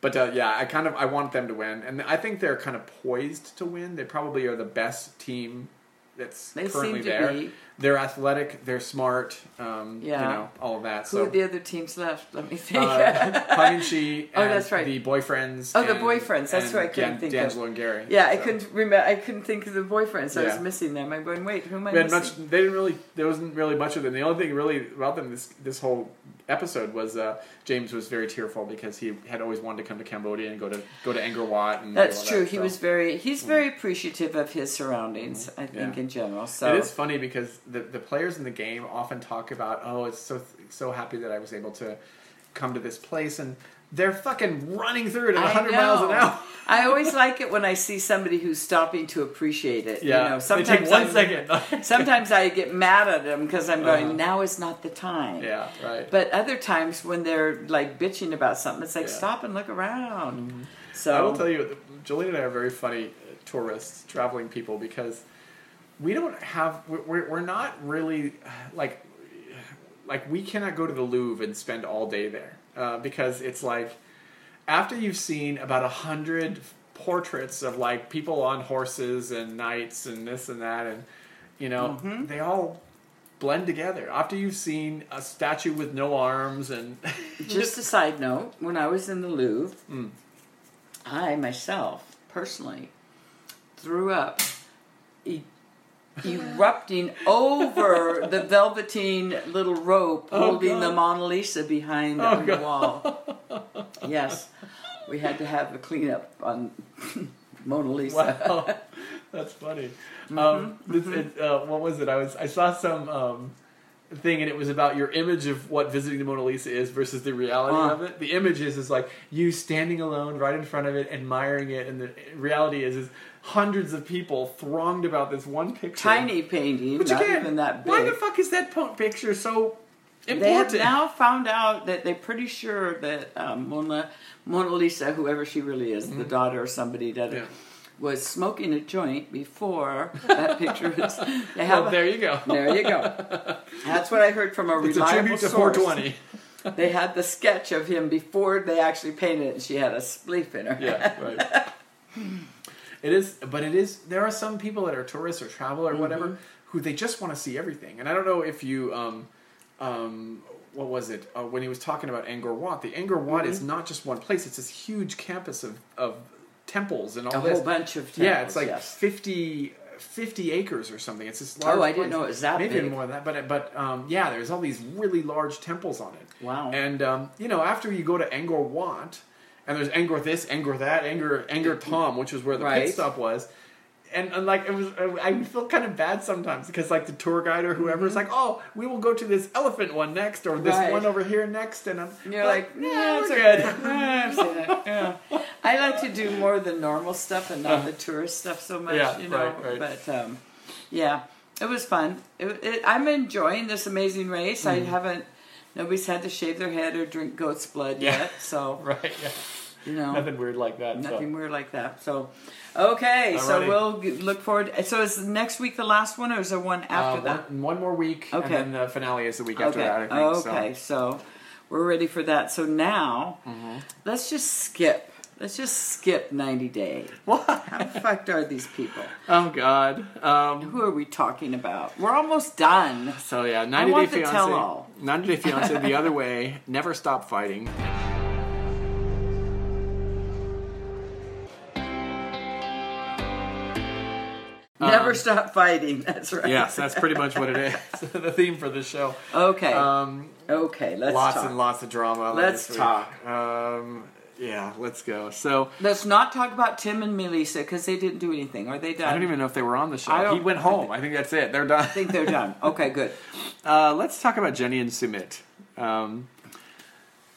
Speaker 1: but uh, yeah, I kind of I want them to win, and I think they're kind of poised to win. They probably are the best team that's
Speaker 2: They
Speaker 1: currently
Speaker 2: seem to
Speaker 1: there.
Speaker 2: be.
Speaker 1: They're athletic. They're smart. Um,
Speaker 2: Yeah.
Speaker 1: you know all of that.
Speaker 2: who
Speaker 1: so
Speaker 2: are the other teams left? Let me think.
Speaker 1: uh, Painucci
Speaker 2: Oh,
Speaker 1: and
Speaker 2: that's right.
Speaker 1: the boyfriends.
Speaker 2: Oh, the
Speaker 1: and-
Speaker 2: boyfriends,
Speaker 1: and
Speaker 2: that's who I couldn't
Speaker 1: Dan-
Speaker 2: think of.
Speaker 1: D'Angelo and Gary.
Speaker 2: yeah, I
Speaker 1: So-
Speaker 2: couldn't remember. I couldn't think of the boyfriends. I was
Speaker 1: Yeah.
Speaker 2: missing them. I'm going. Wait, who am I
Speaker 1: We had
Speaker 2: missing?
Speaker 1: much. They didn't really. There wasn't really much of them. The only thing really about them this this whole episode was uh, James was very tearful because he had always wanted to come to Cambodia and go to go to Angkor Wat. And all
Speaker 2: That's
Speaker 1: that,
Speaker 2: true. he
Speaker 1: so. Mm-hmm.
Speaker 2: was very he's very appreciative of his surroundings, I think
Speaker 1: Yeah.
Speaker 2: in general. So
Speaker 1: It is funny because the the players in the game often talk about, oh, it's so so happy that I was able to come to this place, and they're fucking running through it at
Speaker 2: I
Speaker 1: 100 miles an
Speaker 2: know.
Speaker 1: hour.
Speaker 2: I always like it when I see somebody who's stopping to appreciate it.
Speaker 1: Yeah,
Speaker 2: You know,
Speaker 1: they
Speaker 2: sometimes
Speaker 1: take one
Speaker 2: I'm-
Speaker 1: second.
Speaker 2: sometimes I get mad at them because I'm going,
Speaker 1: Uh-huh.
Speaker 2: now is not the time.
Speaker 1: yeah, right.
Speaker 2: But other times when they're like bitching about something, it's like
Speaker 1: Yeah. Mm-hmm.
Speaker 2: stop and look around.
Speaker 1: I
Speaker 2: So
Speaker 1: will tell you, Jolene and I are very funny uh, tourists, traveling people, because we don't have we're- we're we're not really uh, like like we cannot go to the Louvre and spend all day there uh, because it's like after you've seen about a hundred portraits of like people on horses and knights and this and that and you know they all blend together after you've seen a statue with no arms and
Speaker 2: just a side note, when I was in the Louvre,
Speaker 1: Mm.
Speaker 2: I myself personally threw up e- erupting over the velveteen little rope
Speaker 1: Oh,
Speaker 2: holding the
Speaker 1: God.
Speaker 2: Mona Lisa behind
Speaker 1: Oh,
Speaker 2: on the
Speaker 1: God.
Speaker 2: wall. Yes, we had to have a cleanup on Mona Lisa.
Speaker 1: Wow, that's funny.
Speaker 2: Mm-hmm.
Speaker 1: Um, this, it, uh, what was it? I was I saw some um, thing and it was about your image of what visiting the Mona Lisa is versus the reality
Speaker 2: Uh.
Speaker 1: of it. The image is is like you standing alone right in front of it, admiring it, and the reality is is hundreds of people thronged about this one picture.
Speaker 2: Tiny painting,
Speaker 1: which
Speaker 2: not
Speaker 1: again,
Speaker 2: even that big.
Speaker 1: why the fuck is that po- picture so
Speaker 2: They have
Speaker 1: important?
Speaker 2: now found out that they're pretty sure that um, Mona, Mona Lisa, whoever she really is, the daughter or somebody, that
Speaker 1: Mm-hmm. Yeah.
Speaker 2: was smoking a joint before that picture was. They have
Speaker 1: well,
Speaker 2: a-
Speaker 1: there you go.
Speaker 2: there you go. That's what I heard from a
Speaker 1: It's a
Speaker 2: reliable
Speaker 1: tribute to
Speaker 2: source.
Speaker 1: 420.
Speaker 2: They had the sketch of him before they actually painted it, and she had a spleef in her.
Speaker 1: yeah, right. It is, but it is. There are some people that are tourists or travel or whatever
Speaker 2: Mm-hmm.
Speaker 1: who they just want to see everything. And I don't know if you, um, um, what was it uh, when he was talking about Angkor Wat? The Angkor Wat is
Speaker 2: Mm-hmm.
Speaker 1: not just one place; it's this huge campus of of temples and all
Speaker 2: A
Speaker 1: this.
Speaker 2: whole bunch of temples,
Speaker 1: yeah, it's like
Speaker 2: yes.
Speaker 1: 50, 50 acres or something. It's this large.
Speaker 2: Oh, I didn't
Speaker 1: place.
Speaker 2: know it was that
Speaker 1: Maybe
Speaker 2: big.
Speaker 1: more than that, but but um, yeah, there's all these really large temples on it.
Speaker 2: Wow.
Speaker 1: And um, you know, after you go to Angkor Wat, and there's Angkor this, Angkor that, Angkor Angkor Tom, which was where the
Speaker 2: Right.
Speaker 1: pit stop was. And, and like it was, I feel kind of bad sometimes because like the tour guide or whoever's like, oh, we will go to this elephant one next or this
Speaker 2: Mm-hmm. Right.
Speaker 1: one over here next, and I'm
Speaker 2: And you're like,
Speaker 1: yeah,
Speaker 2: yeah,
Speaker 1: it's
Speaker 2: it's
Speaker 1: good.
Speaker 2: I've seen that. Yeah. I like to do more of the normal stuff and not the tourist stuff so much,
Speaker 1: Uh-huh. Yeah,
Speaker 2: you know.
Speaker 1: right, right.
Speaker 2: But um, yeah, it was fun. It, it, I'm enjoying this amazing race.
Speaker 1: Mm-hmm.
Speaker 2: I haven't. Nobody's had to shave their head or drink goat's blood
Speaker 1: Yeah.
Speaker 2: yet, so
Speaker 1: right. Yeah.
Speaker 2: You know.
Speaker 1: nothing weird like that. so.
Speaker 2: Nothing weird like that. So, okay. So
Speaker 1: Alrighty.
Speaker 2: we'll g- look forward. So is next week the last one, or is there one
Speaker 1: Uh,
Speaker 2: after that?
Speaker 1: one, one more week,
Speaker 2: Okay.
Speaker 1: and then the finale is the week after that. I think.
Speaker 2: okay.
Speaker 1: So.
Speaker 2: So. we're ready for that. So now,
Speaker 1: Mm-hmm.
Speaker 2: let's just skip. Let's just skip 90 Day. How fucked are these people?
Speaker 1: Oh God. Um,
Speaker 2: Who are we talking about? We're almost done.
Speaker 1: so yeah, ninety
Speaker 2: want
Speaker 1: day
Speaker 2: the
Speaker 1: fiance.
Speaker 2: tell-all.
Speaker 1: Ninety day fiance. the other way. Never stop fighting.
Speaker 2: Never stop fighting. That's right.
Speaker 1: Yes, Um, that's pretty much what it is. the theme for this show.
Speaker 2: Okay.
Speaker 1: Um,
Speaker 2: okay. Let's
Speaker 1: lots
Speaker 2: talk.
Speaker 1: and lots of drama.
Speaker 2: Let's
Speaker 1: this week.
Speaker 2: talk.
Speaker 1: Um, yeah, let's go. So
Speaker 2: Let's not talk about Tim and Melissa because they didn't do anything. Are they done?
Speaker 1: I don't even know if they were on the
Speaker 2: I
Speaker 1: show.
Speaker 2: don't-
Speaker 1: He went home. I think that's it. They're done.
Speaker 2: think they're done. Okay. Good.
Speaker 1: Uh, let's talk about Jenny and Sumit. Um,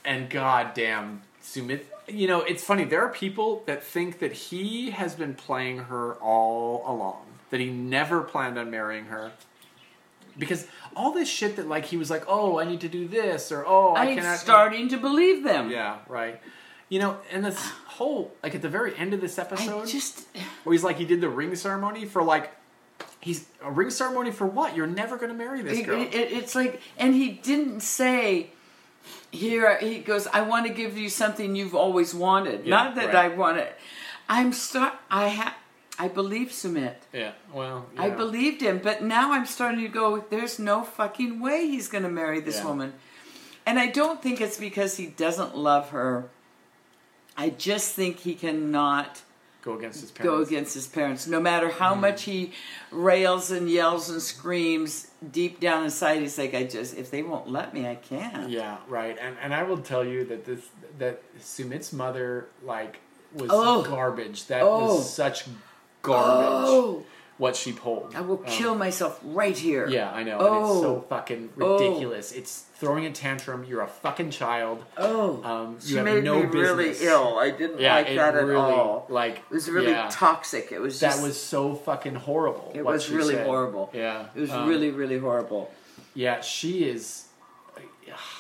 Speaker 1: and goddamn, Sumit. You know, it's funny. There are people that think that he has been playing her all along. That he never planned on marrying her. Because all this shit that like he was like, oh, I need to do this or oh, I,
Speaker 2: I'm
Speaker 1: cannot
Speaker 2: starting to believe them.
Speaker 1: Yeah, right. You know, and this whole like at the very end of this episode,
Speaker 2: I just.
Speaker 1: where he's like he did the ring ceremony for like he's a ring ceremony for what? You're never gonna marry this
Speaker 2: It,
Speaker 1: girl.
Speaker 2: it- it's like, and he didn't say. Here he goes. I want to give you something you've always wanted.
Speaker 1: Yeah,
Speaker 2: Not that
Speaker 1: right.
Speaker 2: I want it. I'm start. I have. I believe Sumit.
Speaker 1: yeah. Well,
Speaker 2: I
Speaker 1: yeah.
Speaker 2: believed him, but now I'm starting to go. There's no fucking way he's going to marry this
Speaker 1: Yeah.
Speaker 2: woman, and I don't think it's because he doesn't love her. I just think he cannot
Speaker 1: go against his
Speaker 2: go
Speaker 1: parents. Mm.
Speaker 2: against his parents. No matter how much he rails and yells and screams, deep down inside, he's like, I just, if they won't let me, I can't.
Speaker 1: Yeah, right. And and I will tell you that this that Sumit's mother like was
Speaker 2: Oh.
Speaker 1: garbage. That
Speaker 2: Oh.
Speaker 1: was such garbage.
Speaker 2: Oh,
Speaker 1: What she pulled.
Speaker 2: I will
Speaker 1: Um,
Speaker 2: kill myself right here.
Speaker 1: Yeah, I know. And
Speaker 2: Oh.
Speaker 1: it's so fucking
Speaker 2: Oh.
Speaker 1: ridiculous. It's throwing a tantrum. You're a fucking child.
Speaker 2: Oh,
Speaker 1: Um, you
Speaker 2: she
Speaker 1: have
Speaker 2: made
Speaker 1: no
Speaker 2: me really
Speaker 1: business.
Speaker 2: ill. I didn't
Speaker 1: Yeah,
Speaker 2: like
Speaker 1: it
Speaker 2: that at
Speaker 1: really
Speaker 2: all.
Speaker 1: like
Speaker 2: It was really
Speaker 1: yeah.
Speaker 2: toxic. It was just
Speaker 1: That was so fucking horrible.
Speaker 2: It
Speaker 1: what
Speaker 2: was
Speaker 1: she
Speaker 2: really
Speaker 1: said.
Speaker 2: horrible.
Speaker 1: Yeah,
Speaker 2: It was
Speaker 1: um,
Speaker 2: really, really horrible.
Speaker 1: Yeah, she is.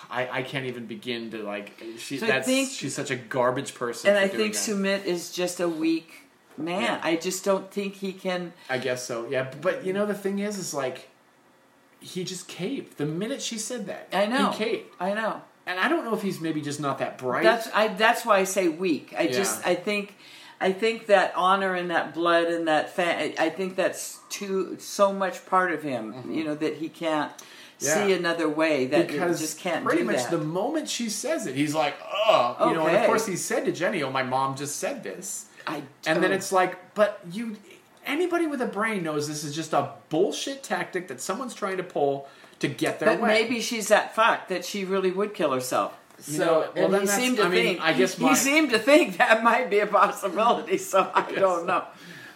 Speaker 1: I, I can't even begin to like. She
Speaker 2: So I
Speaker 1: that's
Speaker 2: think-
Speaker 1: she's such a garbage person.
Speaker 2: And
Speaker 1: for
Speaker 2: I
Speaker 1: doing
Speaker 2: think
Speaker 1: that.
Speaker 2: Sumit is just a weak man.
Speaker 1: Yeah.
Speaker 2: I just don't think he can.
Speaker 1: I guess so. Yeah, but you know the thing is, is like he just caved the minute she said that.
Speaker 2: I know.
Speaker 1: he caved,
Speaker 2: I know.
Speaker 1: and I don't know if he's maybe just not that bright.
Speaker 2: That's I. That's why I say weak. I just.
Speaker 1: Yeah.
Speaker 2: I think. I think that honor and that blood and that fa- I think that's too so much part of him. You know that he can't see
Speaker 1: Mm-hmm. Yeah.
Speaker 2: another way. That
Speaker 1: because
Speaker 2: he just can't
Speaker 1: pretty
Speaker 2: do
Speaker 1: much
Speaker 2: that.
Speaker 1: the moment she says it, he's like, "Oh, you know." And
Speaker 2: Okay.
Speaker 1: of course, he said to Jenny, "Oh, my mom just said this,"
Speaker 2: I
Speaker 1: and then
Speaker 2: don't-
Speaker 1: it's like, "But you, anybody with a brain knows this is just a bullshit tactic that someone's trying to pull to get their
Speaker 2: But
Speaker 1: way."
Speaker 2: maybe she's that fucked that she really would kill herself. So
Speaker 1: You know, well,
Speaker 2: and
Speaker 1: then
Speaker 2: he
Speaker 1: that's-
Speaker 2: seemed to
Speaker 1: I mean,
Speaker 2: think
Speaker 1: I guess
Speaker 2: he
Speaker 1: my-
Speaker 2: seemed to think that might be a possibility. So I, don't know.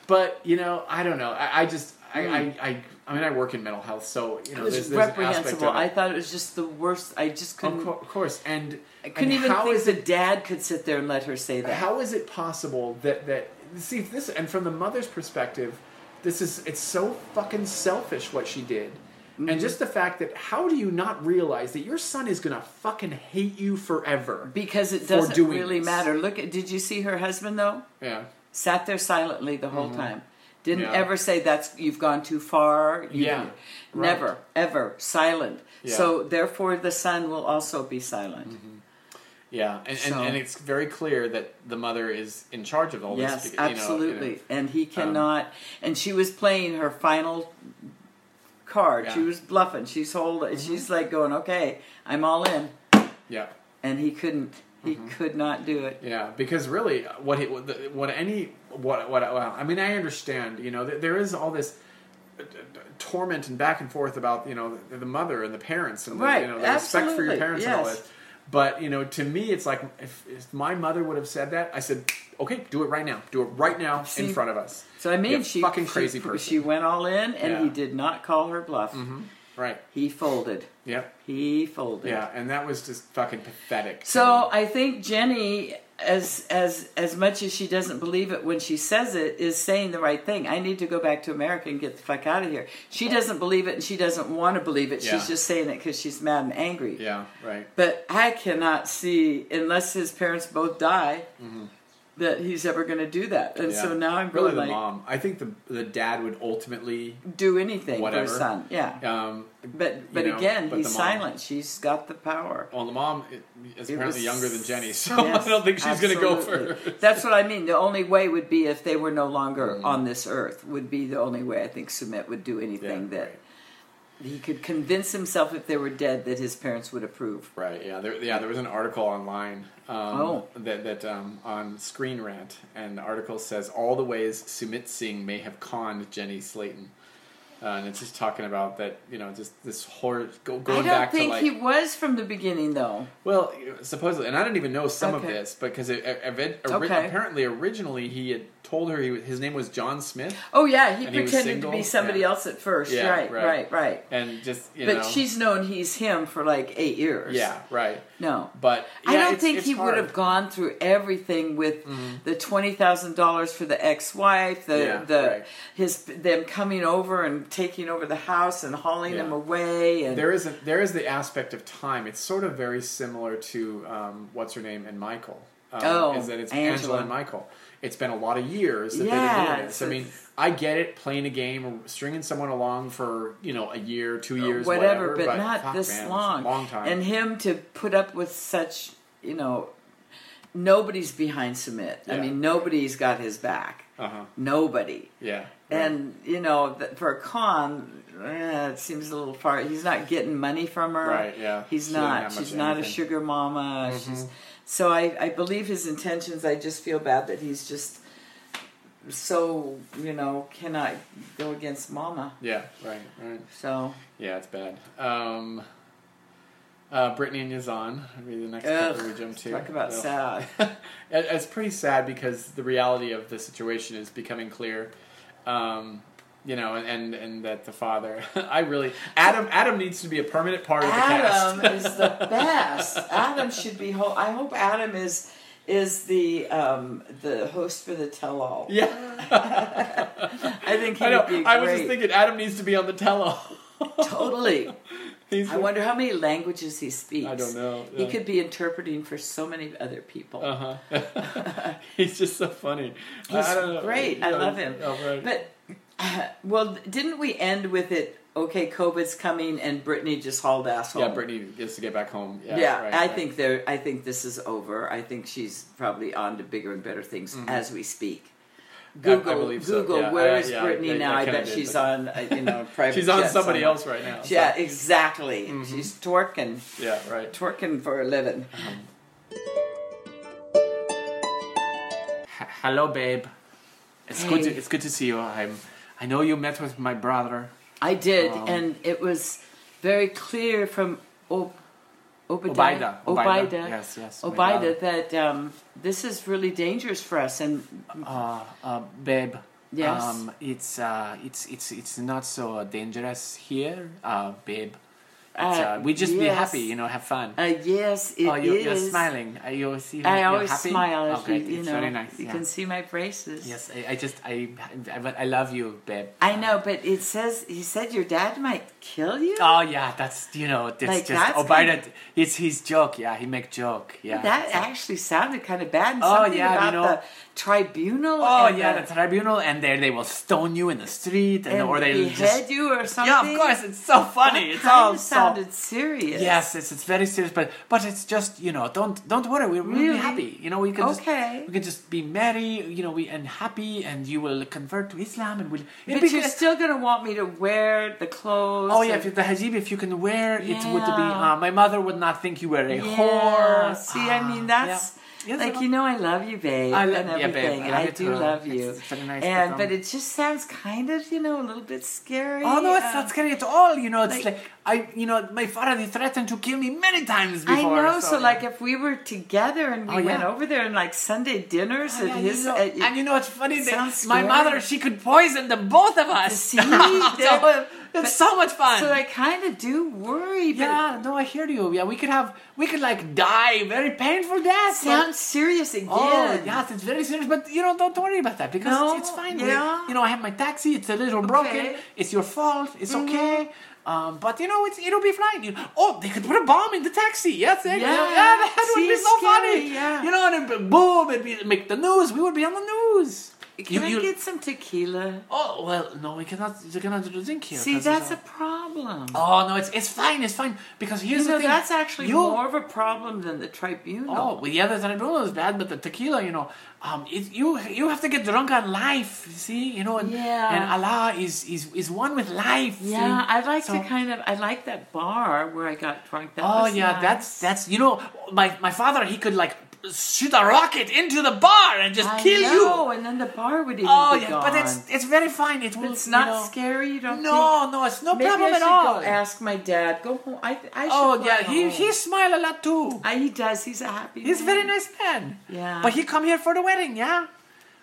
Speaker 1: But you know, I don't know. I, I just, I, I, I, I mean, I work in mental health, so you
Speaker 2: Hmm. It
Speaker 1: know,
Speaker 2: was
Speaker 1: there's, there's an aspect
Speaker 2: reprehensible.
Speaker 1: of it.
Speaker 2: I thought it was just the worst. I just couldn't.
Speaker 1: Of cour- of course, and
Speaker 2: I
Speaker 1: and
Speaker 2: couldn't even
Speaker 1: how
Speaker 2: think
Speaker 1: is
Speaker 2: the dad could sit there and let her say that.
Speaker 1: how is it possible that that see if this and from the mother's perspective this is it's so fucking selfish what she did
Speaker 2: Mm-hmm.
Speaker 1: and just the fact that how do you not realize that your son is gonna fucking hate you forever
Speaker 2: because it
Speaker 1: for
Speaker 2: doesn't
Speaker 1: doing
Speaker 2: really
Speaker 1: this.
Speaker 2: matter. Look at. Did you see her husband though?
Speaker 1: yeah
Speaker 2: Sat there silently the whole time. Didn't
Speaker 1: Mm-hmm. Yeah.
Speaker 2: ever say that's you've gone too far. You-
Speaker 1: Yeah, right.
Speaker 2: Never, ever silent.
Speaker 1: Yeah. Mm-hmm.
Speaker 2: So therefore, the son will also be silent.
Speaker 1: yeah and,
Speaker 2: So-
Speaker 1: and, and it's very clear that the mother is in charge of all
Speaker 2: Yes,
Speaker 1: this because, you know, Um, you know.
Speaker 2: absolutely. And he cannot. and she was playing her final card. She
Speaker 1: Yeah. Mm-hmm.
Speaker 2: was bluffing. She's holding. She's like going, "Okay, I'm all in."
Speaker 1: yeah
Speaker 2: And he couldn't. He
Speaker 1: Mm-hmm.
Speaker 2: could not do it.
Speaker 1: Yeah, because really, uh, what he, what, the- what any what what well, I mean, I understand. You know, th- there is all this uh, d- d- torment and back and forth about you know the, the mother and the parents and the,
Speaker 2: Right,
Speaker 1: you know the respect for your
Speaker 2: absolutely,
Speaker 1: parents and all
Speaker 2: yes.
Speaker 1: this. But you know, to me, it's like if, if my mother would have said that, I said, "Okay, do it right now. Do it right now
Speaker 2: See,
Speaker 1: in front of us."
Speaker 2: So I mean,
Speaker 1: You're a
Speaker 2: she
Speaker 1: fucking
Speaker 2: she-
Speaker 1: crazy
Speaker 2: she,
Speaker 1: person.
Speaker 2: went all in, and he
Speaker 1: Yeah. Mm-hmm.
Speaker 2: did not call her bluff.
Speaker 1: Right?
Speaker 2: He folded.
Speaker 1: Yep.
Speaker 2: He folded.
Speaker 1: Yeah, and that was just fucking pathetic.
Speaker 2: So I think Jenny as as as much as she doesn't believe it when she says it is saying the right thing i need to go back to america and get the fuck out of here she doesn't believe it and she doesn't want to believe it
Speaker 1: Yeah.
Speaker 2: she's just saying it because she's mad and angry
Speaker 1: Yeah, right.
Speaker 2: but i cannot see unless his parents both die that he's ever going to do that and
Speaker 1: Mm-hmm. Yeah.
Speaker 2: so now i'm
Speaker 1: really
Speaker 2: really
Speaker 1: the
Speaker 2: like
Speaker 1: mom. I think the the dad would ultimately.
Speaker 2: do anything
Speaker 1: Whatever.
Speaker 2: for her son yeah
Speaker 1: Um,
Speaker 2: but but
Speaker 1: know,
Speaker 2: again
Speaker 1: but
Speaker 2: he's
Speaker 1: the mom-
Speaker 2: silent she's got the power
Speaker 1: well, the mom is
Speaker 2: It
Speaker 1: apparently
Speaker 2: was-
Speaker 1: younger than Jenny, so
Speaker 2: Yes,
Speaker 1: I don't think she's going to go for.
Speaker 2: absolutely. That's what I mean. The only way would be if they were no longer
Speaker 1: Mm.
Speaker 2: on this earth. Would be the only way I think Sumit would do anything
Speaker 1: Yeah,
Speaker 2: that he could convince himself if they were dead that his parents would approve.
Speaker 1: Right. Yeah. There, yeah. There was an article online. Um,
Speaker 2: Oh.
Speaker 1: That that um, on Screen Rant, and the article says all the ways Sumit Singh may have conned Jenny Slayton, uh, and it's just talking about that. You know, just this horror go,
Speaker 2: I
Speaker 1: going
Speaker 2: don't
Speaker 1: back
Speaker 2: think
Speaker 1: to like.
Speaker 2: he was from the beginning though.
Speaker 1: Well, supposedly, and I didn't even know some of
Speaker 2: Okay.
Speaker 1: this because it, it, it, ori-
Speaker 2: Okay.
Speaker 1: apparently originally he had told her he, was- his name was John Smith,
Speaker 2: Oh yeah, he
Speaker 1: And he was
Speaker 2: pretended to
Speaker 1: single?
Speaker 2: be somebody
Speaker 1: Yeah.
Speaker 2: else at first.
Speaker 1: Yeah,
Speaker 2: right,
Speaker 1: right.
Speaker 2: right, right.
Speaker 1: and just you
Speaker 2: But
Speaker 1: know,
Speaker 2: she's known he's him for like eight years.
Speaker 1: yeah, right.
Speaker 2: No.
Speaker 1: But
Speaker 2: I
Speaker 1: yeah,
Speaker 2: don't
Speaker 1: it's-
Speaker 2: think
Speaker 1: it's
Speaker 2: he
Speaker 1: hard. Mm-hmm.
Speaker 2: would have gone through everything with the twenty thousand dollars for the ex-wife, the
Speaker 1: Yeah,
Speaker 2: the
Speaker 1: right.
Speaker 2: his them coming over and taking over the house and hauling
Speaker 1: Yeah.
Speaker 2: him away and
Speaker 1: There is a, there is the aspect of time. It's sort of very similar to um, what's her name and Michael. Um,
Speaker 2: Oh,
Speaker 1: is that it's Angela.
Speaker 2: Angela.
Speaker 1: and Michael? It's been a lot of years that they've been
Speaker 2: Yeah,
Speaker 1: doing this. I mean,
Speaker 2: it's-
Speaker 1: I get it, playing a game, or stringing someone along for you know a year, two years,
Speaker 2: whatever,
Speaker 1: whatever,
Speaker 2: but, not
Speaker 1: fuck,
Speaker 2: this
Speaker 1: man, it's a
Speaker 2: long.
Speaker 1: long time,
Speaker 2: And him to put up with such, you know, nobody's behind Submit. I
Speaker 1: Yeah.
Speaker 2: mean, nobody's got his back.
Speaker 1: uh-huh.
Speaker 2: Nobody.
Speaker 1: yeah,
Speaker 2: And you know, th- for a con, eh, it seems a little far. He's not getting money from her.
Speaker 1: Right, yeah.
Speaker 2: uh, He's
Speaker 1: She doesn't
Speaker 2: not.
Speaker 1: have much
Speaker 2: She's not a
Speaker 1: anything. Mm-hmm.
Speaker 2: sugar mama. She's. So I, I believe his intentions. I just feel bad that he's just so you know cannot go against mama.
Speaker 1: yeah, right, right.
Speaker 2: So
Speaker 1: Yeah, it's bad. Um, uh, Brittany and Yazan would be the next
Speaker 2: ugh,
Speaker 1: couple we jump to.
Speaker 2: talk about
Speaker 1: So-
Speaker 2: sad.
Speaker 1: It- it's pretty sad because the reality of the situation is becoming clear. Um, you know, and, and and that the father, I really Adam Adam needs to be a permanent part of the
Speaker 2: Adam
Speaker 1: cast.
Speaker 2: is the best. Adam should be. Ho- I hope Adam is is the um, the host for the tell all.
Speaker 1: yeah,
Speaker 2: I think he
Speaker 1: I know.
Speaker 2: would be
Speaker 1: I was just
Speaker 2: great.
Speaker 1: thinking Adam needs to be on the tell
Speaker 2: Totally.
Speaker 1: He's
Speaker 2: I wonder how many languages he speaks.
Speaker 1: I don't know.
Speaker 2: He could be interpreting for so many other people.
Speaker 1: Uh huh. he's just so funny. I-
Speaker 2: He's
Speaker 1: I don't know.
Speaker 2: great. I
Speaker 1: Yeah,
Speaker 2: love him.
Speaker 1: oh, right.
Speaker 2: But, uh, well, didn't we end with it? Okay, COVID's coming, and Brittany just hauled ass home.
Speaker 1: yeah, Brittany gets to get back home. Yeah,
Speaker 2: Yeah,
Speaker 1: right,
Speaker 2: I
Speaker 1: right.
Speaker 2: think there. I think this is over. I think she's probably on to bigger and better things as we speak.
Speaker 1: Mm-hmm. I
Speaker 2: Google,
Speaker 1: believe so.
Speaker 2: Google.
Speaker 1: Yeah,
Speaker 2: where
Speaker 1: I-
Speaker 2: is
Speaker 1: yeah,
Speaker 2: Brittany
Speaker 1: I- I
Speaker 2: now? I,
Speaker 1: kinda
Speaker 2: bet
Speaker 1: did,
Speaker 2: she's
Speaker 1: but-
Speaker 2: on, uh, you know, private.
Speaker 1: she's on
Speaker 2: jet
Speaker 1: somebody Mm-hmm.
Speaker 2: somewhere.
Speaker 1: else right now. so-
Speaker 2: Yeah, exactly. She's twerking,
Speaker 1: Yeah. Right.
Speaker 2: twerking for a living.
Speaker 1: H- Hello, babe. It's good. To,
Speaker 2: Hey.
Speaker 1: it's good to see you. I'm. I know you met with my brother.
Speaker 2: I did,
Speaker 1: Um,
Speaker 2: and it was very clear from Ob- Obadiah,
Speaker 1: Obaida.
Speaker 2: Obaida,
Speaker 1: Yes. Yes. my brother.
Speaker 2: Obaida Oh, that um, this is really dangerous for us. And
Speaker 1: Uh, uh, babe.
Speaker 2: Yes?
Speaker 1: Um, it's uh, it's it's it's not so uh, dangerous here, uh, babe. It's, uh,
Speaker 2: Uh,
Speaker 1: we just be
Speaker 2: yes.
Speaker 1: happy, you know, have fun.
Speaker 2: uh, yes, it
Speaker 1: oh, you, you're
Speaker 2: is.
Speaker 1: smiling. Are you see?
Speaker 2: I
Speaker 1: you're
Speaker 2: always
Speaker 1: happy?
Speaker 2: smile. if
Speaker 1: Okay,
Speaker 2: you, you
Speaker 1: it's
Speaker 2: know,
Speaker 1: very nice.
Speaker 2: you
Speaker 1: yeah.
Speaker 2: can see my braces.
Speaker 1: Yes, I, I just I, I I love you, babe.
Speaker 2: I know, but it says he said your dad might kill you.
Speaker 1: Oh yeah, that's you know, it's
Speaker 2: Like,
Speaker 1: just
Speaker 2: that's
Speaker 1: Obaida. It's his joke. Yeah, he make joke. Yeah.
Speaker 2: that
Speaker 1: So-
Speaker 2: actually sounded kind of bad. And
Speaker 1: Oh,
Speaker 2: something
Speaker 1: yeah,
Speaker 2: about
Speaker 1: you know-
Speaker 2: the tribunal.
Speaker 1: Oh
Speaker 2: and
Speaker 1: yeah,
Speaker 2: the,
Speaker 1: the tribunal, and there they will stone you in the street, and,
Speaker 2: and
Speaker 1: or they
Speaker 2: behead
Speaker 1: just
Speaker 2: you or
Speaker 1: yeah,
Speaker 2: something.
Speaker 1: of course, it's so funny.
Speaker 2: That
Speaker 1: it's all
Speaker 2: kinda
Speaker 1: so-
Speaker 2: sounded serious.
Speaker 1: yes, it's it's very serious, but but it's just you know, don't don't worry, we're really,
Speaker 2: Really?
Speaker 1: happy. You know, we can
Speaker 2: Okay.
Speaker 1: just, we can just be merry, you know, we and happy, and you will convert to Islam, and we'll it'll
Speaker 2: But
Speaker 1: be
Speaker 2: you're
Speaker 1: good.
Speaker 2: still gonna want me to wear the clothes.
Speaker 1: Oh yeah,
Speaker 2: and-
Speaker 1: if you the hijab, if you can wear it, would be.
Speaker 2: Yeah.
Speaker 1: Uh, my mother would not think you were a
Speaker 2: Yeah.
Speaker 1: whore.
Speaker 2: See, I mean,
Speaker 1: Ah,
Speaker 2: that's
Speaker 1: yeah. Yes,
Speaker 2: like
Speaker 1: well,
Speaker 2: you know, I love you, babe.
Speaker 1: I love-
Speaker 2: and
Speaker 1: yeah, babe, I
Speaker 2: everything.
Speaker 1: love you
Speaker 2: do
Speaker 1: too.
Speaker 2: love you.
Speaker 1: It's very nice,
Speaker 2: and
Speaker 1: but,
Speaker 2: but,
Speaker 1: um,
Speaker 2: it just sounds kind of you know a little bit scary.
Speaker 1: Oh no, it's
Speaker 2: um,
Speaker 1: not scary at all. You know, it's like,
Speaker 2: like-
Speaker 1: I, you know, my father he threatened to kill me many times
Speaker 2: I
Speaker 1: before.
Speaker 2: know. So, like, if we were together and we
Speaker 1: Oh, yeah.
Speaker 2: went over there and like Sunday dinners
Speaker 1: Oh,
Speaker 2: at
Speaker 1: yeah, you
Speaker 2: his,
Speaker 1: know-
Speaker 2: at,
Speaker 1: and you know, it's funny. That
Speaker 2: sounds
Speaker 1: my
Speaker 2: scary.
Speaker 1: mother, she could poison the both of us.
Speaker 2: See? There-
Speaker 1: So,
Speaker 3: It's so much fun.
Speaker 2: So I kind of do worry, but
Speaker 1: Yeah, no, I hear you. Yeah, we could have, we could like die very painful death.
Speaker 2: sound serious again.
Speaker 1: Oh, yes, it's very serious, but you know, don't worry about that because
Speaker 2: No,
Speaker 1: it's, it's fine.
Speaker 2: yeah.
Speaker 1: You know, I have my taxi, it's a little broken, it's your fault, it's
Speaker 2: Mm-hmm.
Speaker 1: okay. Um, but you know, it's it'll be fine. You, oh, they could put a bomb in the taxi. Yes, eh? yeah, yeah,
Speaker 2: Yeah,
Speaker 1: that would
Speaker 2: see,
Speaker 1: be
Speaker 2: it's
Speaker 1: so
Speaker 2: scary,
Speaker 1: funny.
Speaker 2: yeah.
Speaker 1: You know, and then boom, it'd be, make the news. We would be on the news.
Speaker 2: Can I get some tequila?
Speaker 1: Oh well, no, we cannot. You cannot drink here. 'cause
Speaker 2: See,
Speaker 1: it's
Speaker 2: that's
Speaker 1: all-
Speaker 2: a problem.
Speaker 1: Oh no, it's it's fine, it's fine. Because here's
Speaker 2: You know,
Speaker 1: the thing.
Speaker 2: that's actually
Speaker 1: you-
Speaker 2: more of a problem than the tribunal.
Speaker 1: Oh well, yeah, the tribunal is bad, but the tequila, you know, um, it, you you have to get drunk on life. you See, you know, and,
Speaker 2: Yeah.
Speaker 1: and Allah is is is one with life. see?
Speaker 2: yeah, I like
Speaker 1: So-
Speaker 2: to kind of. I like that bar where I got drunk. That
Speaker 1: Oh
Speaker 2: was
Speaker 1: yeah,
Speaker 2: nice.
Speaker 1: that's that's you know, my my father he could like shoot a rocket into the bar and just
Speaker 2: I
Speaker 1: kill you.
Speaker 2: know, and then the bar would even
Speaker 1: Oh
Speaker 2: be
Speaker 1: yeah,
Speaker 2: gone.
Speaker 1: but it's it's very fine. It will.
Speaker 2: it's
Speaker 1: you
Speaker 2: not
Speaker 1: know-
Speaker 2: scary. You don't
Speaker 1: No, no, it's no
Speaker 2: think? Maybe
Speaker 1: problem
Speaker 2: I
Speaker 1: at
Speaker 2: should
Speaker 1: all.
Speaker 2: Go ask my dad. Go home. I, I should
Speaker 1: oh
Speaker 2: go
Speaker 1: yeah, he
Speaker 2: home.
Speaker 1: he smile a lot too.
Speaker 2: I, he does. He's a happy.
Speaker 1: He's a
Speaker 2: man.
Speaker 1: very nice man.
Speaker 2: Yeah.
Speaker 1: But he come here for the wedding, yeah?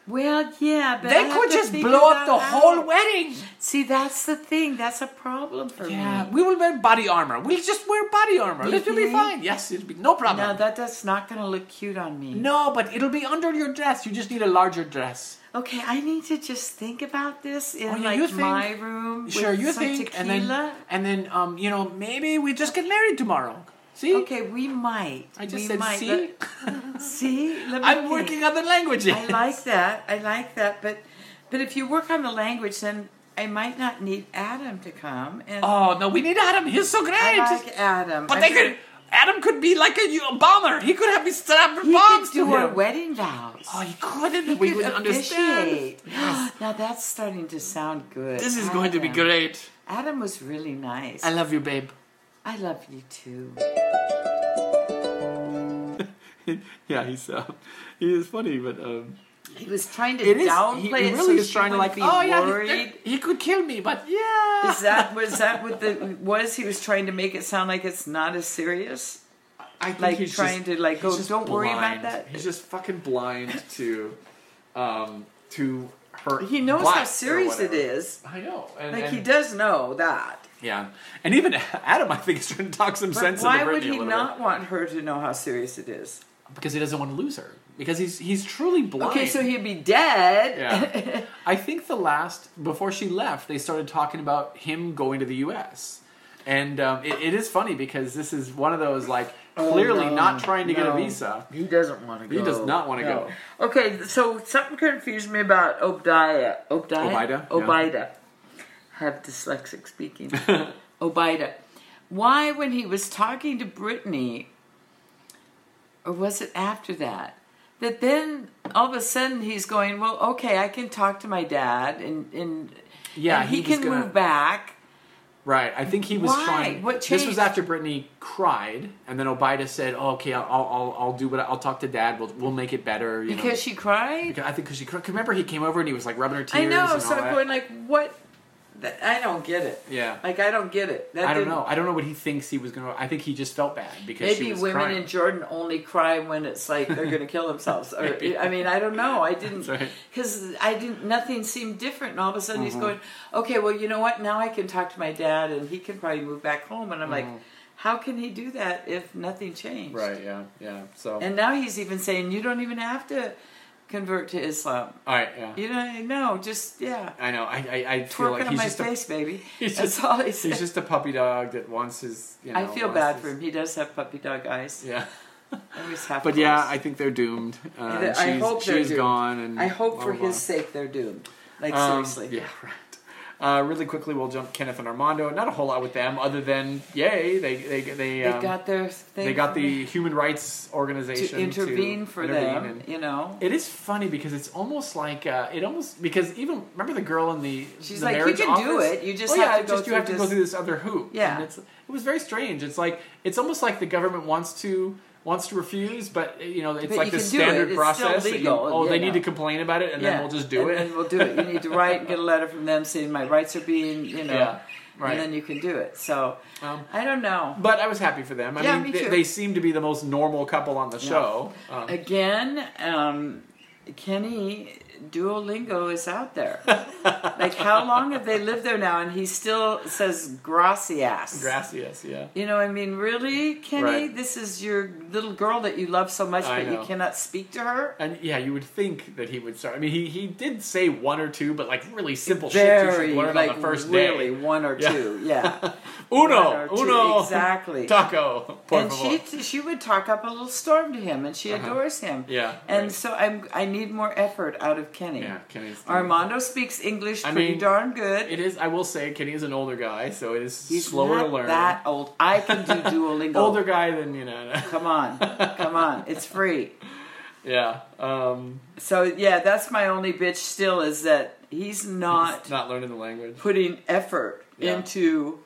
Speaker 2: Well, yeah, but I
Speaker 1: they
Speaker 2: have
Speaker 1: could
Speaker 2: to
Speaker 1: just
Speaker 2: figure
Speaker 1: blow up
Speaker 2: that
Speaker 1: the whole
Speaker 2: out.
Speaker 1: wedding.
Speaker 2: See, that's the thing. That's a problem for
Speaker 1: Yeah,
Speaker 2: me.
Speaker 1: we will wear body armor. We'll just wear body armor.
Speaker 2: You
Speaker 1: It'll be
Speaker 2: think?
Speaker 1: fine. Yes, it'll be no problem.
Speaker 2: No, that, that's not going to look cute on me.
Speaker 1: no, but it'll be under your dress. You just need a larger dress.
Speaker 2: Okay, I need to just think about this in
Speaker 1: Oh, you-
Speaker 2: like
Speaker 1: you think-
Speaker 2: my room.
Speaker 1: sure,
Speaker 2: with
Speaker 1: you
Speaker 2: some
Speaker 1: think,
Speaker 2: tequila.
Speaker 1: and then and then um, you know, maybe we just get married tomorrow. See,
Speaker 2: okay, we might.
Speaker 1: I just
Speaker 2: we
Speaker 1: said
Speaker 2: might.
Speaker 1: see.
Speaker 2: Let- see, let me
Speaker 1: I'm
Speaker 2: think.
Speaker 1: working on the language.
Speaker 2: I like that. I like that. But but if you work on the language, then I might not need Adam to come. And
Speaker 1: Oh no, we need Adam. He's so great.
Speaker 2: I like Adam.
Speaker 1: but
Speaker 2: I
Speaker 1: they could.
Speaker 2: think
Speaker 1: Adam could be like a, a bomber. He could have me strapped with
Speaker 2: He
Speaker 1: bombs
Speaker 2: could do
Speaker 1: to
Speaker 2: our
Speaker 1: him.
Speaker 2: wedding vows.
Speaker 1: Oh, he couldn't.
Speaker 2: He
Speaker 1: we
Speaker 2: could
Speaker 1: wouldn't understand.
Speaker 2: officiate. now that's starting to sound good.
Speaker 1: This is going to be
Speaker 2: Adam.
Speaker 1: great.
Speaker 2: Adam was really nice.
Speaker 1: I love you, babe.
Speaker 2: I love you too.
Speaker 1: yeah, he's uh, he is funny, but um,
Speaker 2: He was trying to
Speaker 1: it is.
Speaker 2: downplay
Speaker 1: He, he
Speaker 2: it.
Speaker 1: really
Speaker 2: so
Speaker 1: is
Speaker 2: she
Speaker 1: trying to like.
Speaker 2: wouldn't be
Speaker 1: oh yeah, he-
Speaker 2: worried.
Speaker 1: he, could kill me, but yeah.
Speaker 2: Is that was that what the was? He was trying to make it sound like it's not as serious.
Speaker 1: I think
Speaker 2: like
Speaker 1: he's
Speaker 2: trying
Speaker 1: just-
Speaker 2: to, like, go,
Speaker 1: he's just
Speaker 2: "Don't worry about
Speaker 1: blind.
Speaker 2: that."
Speaker 1: He's just fucking blind to, um, to her.
Speaker 2: He knows
Speaker 1: black
Speaker 2: how
Speaker 1: or
Speaker 2: serious it
Speaker 1: whatever.
Speaker 2: is.
Speaker 1: I know, and,
Speaker 2: Like
Speaker 1: and-
Speaker 2: he does know that.
Speaker 1: yeah, and even Adam, I think, is trying to talk some
Speaker 2: But
Speaker 1: sense
Speaker 2: why
Speaker 1: into Britney
Speaker 2: would
Speaker 1: a
Speaker 2: he
Speaker 1: little
Speaker 2: not want her to know how serious it is?
Speaker 1: bit. Because he doesn't want to lose her. Because he's he's truly blind.
Speaker 2: Okay, so he'd be dead.
Speaker 1: Yeah. I think the last before she left, they started talking about him going to the U.S. And um, it, it is funny because this is one of those like clearly
Speaker 2: Oh, no,
Speaker 1: not trying to get a
Speaker 2: no.
Speaker 1: visa.
Speaker 2: He doesn't want to go.
Speaker 1: He does not wanna go.
Speaker 2: Okay, so something confused me about Obadiah. Obadiah?
Speaker 1: Obida, yeah.
Speaker 2: Obida. Have dyslexic speaking. Obida. Why, when he was talking to Brittany, or was it after that, that then all of a sudden he's going, well, okay, I can talk to my dad and, and,
Speaker 1: Yeah,
Speaker 2: and he,
Speaker 1: he was
Speaker 2: can
Speaker 1: gonna-
Speaker 2: move back.
Speaker 1: Right. I think he was
Speaker 2: Why?
Speaker 1: trying.
Speaker 2: What
Speaker 1: this was
Speaker 2: changed?
Speaker 1: after Brittany cried, and then Obida said, oh, "Okay, I'll, I'll I'll do what I, will talk to Dad. We'll we'll make it better." You
Speaker 2: Because
Speaker 1: know.
Speaker 2: she cried?
Speaker 1: I think because she cried. remember he came over and he was like rubbing her tears.
Speaker 2: I know.
Speaker 1: and
Speaker 2: So
Speaker 1: all that.
Speaker 2: I'm going like, what? That, I don't get it.
Speaker 1: Yeah.
Speaker 2: Like I don't get it. That
Speaker 1: I don't
Speaker 2: didn't-
Speaker 1: know. I don't know what he thinks he was gonna. I think he just felt bad because she
Speaker 2: Maybe
Speaker 1: was
Speaker 2: women
Speaker 1: crying.
Speaker 2: in Jordan only cry when it's like they're going to kill themselves. Or I mean, I don't know. I didn't
Speaker 1: That's right. Mm-hmm.
Speaker 2: because I didn't. Nothing seemed different, and all of a sudden he's going, "Okay, well, you know what? Now I can talk to my dad, and he can probably move back home." And I'm like, "How can he do that if nothing changed?"
Speaker 1: Mm-hmm. Right. Yeah. Yeah. So.
Speaker 2: And now he's even saying, "You don't even have to convert to Islam.
Speaker 1: all right. Yeah.
Speaker 2: You know, no, just yeah,
Speaker 1: I know. I I, I feel
Speaker 2: twerk
Speaker 1: like
Speaker 2: on
Speaker 1: he's
Speaker 2: my
Speaker 1: just a
Speaker 2: face, baby."
Speaker 1: he's
Speaker 2: That's
Speaker 1: just-
Speaker 2: all he said.
Speaker 1: He's just a puppy dog that wants his. You know,
Speaker 2: I feel
Speaker 1: wants
Speaker 2: bad
Speaker 1: his-
Speaker 2: for him. He does have puppy dog eyes.
Speaker 1: Yeah,
Speaker 2: Always half
Speaker 1: but yeah, I
Speaker 2: closed.
Speaker 1: think they're doomed. Uh,
Speaker 2: And
Speaker 1: and she's,
Speaker 2: I hope they're
Speaker 1: she's
Speaker 2: doomed.
Speaker 1: gone, and
Speaker 2: I hope
Speaker 1: blah,
Speaker 2: for
Speaker 1: blah,
Speaker 2: his
Speaker 1: blah.
Speaker 2: sake they're doomed. Like
Speaker 1: Oh, Um,
Speaker 2: seriously.
Speaker 1: Yeah, right. Uh, really quickly, we'll jump Kenneth and Armando. Not a whole lot with them, other than yay, they they they,
Speaker 2: They
Speaker 1: um,
Speaker 2: got their thing.
Speaker 1: they got
Speaker 2: for
Speaker 1: the human rights
Speaker 2: me
Speaker 1: organization
Speaker 2: to intervene for
Speaker 1: intervene
Speaker 2: them,
Speaker 1: and-
Speaker 2: you know.
Speaker 1: It is funny because it's almost like uh, it almost because even remember the girl in the
Speaker 2: She's
Speaker 1: the
Speaker 2: like, "You
Speaker 1: marriage
Speaker 2: can do
Speaker 1: office?
Speaker 2: it, you just
Speaker 1: oh,
Speaker 2: have
Speaker 1: yeah,
Speaker 2: to go
Speaker 1: just you have
Speaker 2: through
Speaker 1: to go
Speaker 2: this-
Speaker 1: through this other hoop."
Speaker 2: Yeah.
Speaker 1: and it's, it was very strange. It's like it's almost like the government wants to wants to refuse, but you know it's
Speaker 2: But
Speaker 1: like
Speaker 2: you
Speaker 1: the
Speaker 2: can do it.
Speaker 1: standard
Speaker 2: It's still
Speaker 1: process. that you-
Speaker 2: legal,
Speaker 1: oh,
Speaker 2: you
Speaker 1: they
Speaker 2: know.
Speaker 1: need to complain about it, and
Speaker 2: Yeah.
Speaker 1: then we'll just do
Speaker 2: and
Speaker 1: it.
Speaker 2: Then we'll do it. You need to write and get a letter from them saying my rights are being, you know,
Speaker 1: Yeah, right.
Speaker 2: and then you can do it. So
Speaker 1: Um,
Speaker 2: I don't know.
Speaker 1: but I was happy for them. I
Speaker 2: Yeah,
Speaker 1: mean,
Speaker 2: me
Speaker 1: they,
Speaker 2: too.
Speaker 1: they seem to be the most normal couple on the show. Um,
Speaker 2: Again, um, Kenny Duolingo is out there. like, how long have they lived there now? And he still says gracias.
Speaker 1: Gracias, yeah.
Speaker 2: you know, I mean, really, Kenny?
Speaker 1: Right.
Speaker 2: This is your little girl that you love so much,
Speaker 1: I
Speaker 2: but you
Speaker 1: know.
Speaker 2: cannot speak to her?
Speaker 1: And yeah, you would think that he would start. I mean, he, he did say one or two, but like really simple shit you
Speaker 2: Very,
Speaker 1: should learn
Speaker 2: like,
Speaker 1: on the first
Speaker 2: really,
Speaker 1: day.
Speaker 2: one or
Speaker 1: Yeah.
Speaker 2: two, yeah. One
Speaker 1: Uno,
Speaker 2: or two,
Speaker 1: uno,
Speaker 2: exactly.
Speaker 1: taco. Por
Speaker 2: and
Speaker 1: favor.
Speaker 2: she she would talk up a little storm to him, and she
Speaker 1: Uh-huh.
Speaker 2: adores him.
Speaker 1: Yeah,
Speaker 2: And
Speaker 1: right.
Speaker 2: so I'm I need more effort out of Kenny.
Speaker 1: yeah, Kenny's.
Speaker 2: Armando speaks English
Speaker 1: I
Speaker 2: pretty
Speaker 1: mean,
Speaker 2: darn good.
Speaker 1: It is. I will say, Kenny is an older guy, so it is
Speaker 2: He's
Speaker 1: slower
Speaker 2: not
Speaker 1: to learn.
Speaker 2: that old. I can do Duolingo.
Speaker 1: older guy than you know.
Speaker 2: Come on, come on. It's free.
Speaker 1: yeah, um,
Speaker 2: So yeah, that's my only bitch. Still is that he's not
Speaker 1: not learning the language.
Speaker 2: putting effort
Speaker 1: Yeah.
Speaker 2: into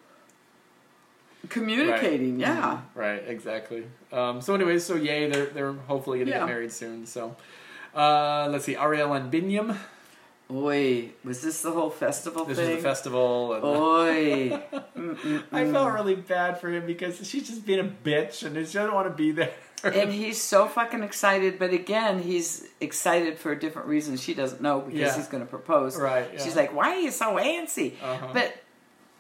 Speaker 2: communicating.
Speaker 1: Right.
Speaker 2: Yeah.
Speaker 1: Right, exactly. Um, so, anyways, so yay, they're they're hopefully gonna
Speaker 2: Yeah.
Speaker 1: get married soon. So, uh, let's see, Ariel and Binyam.
Speaker 2: Oi, was this the whole festival
Speaker 1: Mm-hmm. This
Speaker 2: thing?
Speaker 1: is the festival. And
Speaker 2: Oh. Oi.
Speaker 1: I felt really bad for him because she's just being a bitch and she doesn't want to be there.
Speaker 2: and he's so fucking excited, but again, he's excited for a different reason she doesn't know because
Speaker 1: Yeah.
Speaker 2: he's going to propose.
Speaker 1: Right, yeah.
Speaker 2: She's like, "Why are you so antsy?"
Speaker 1: Uh-huh.
Speaker 2: But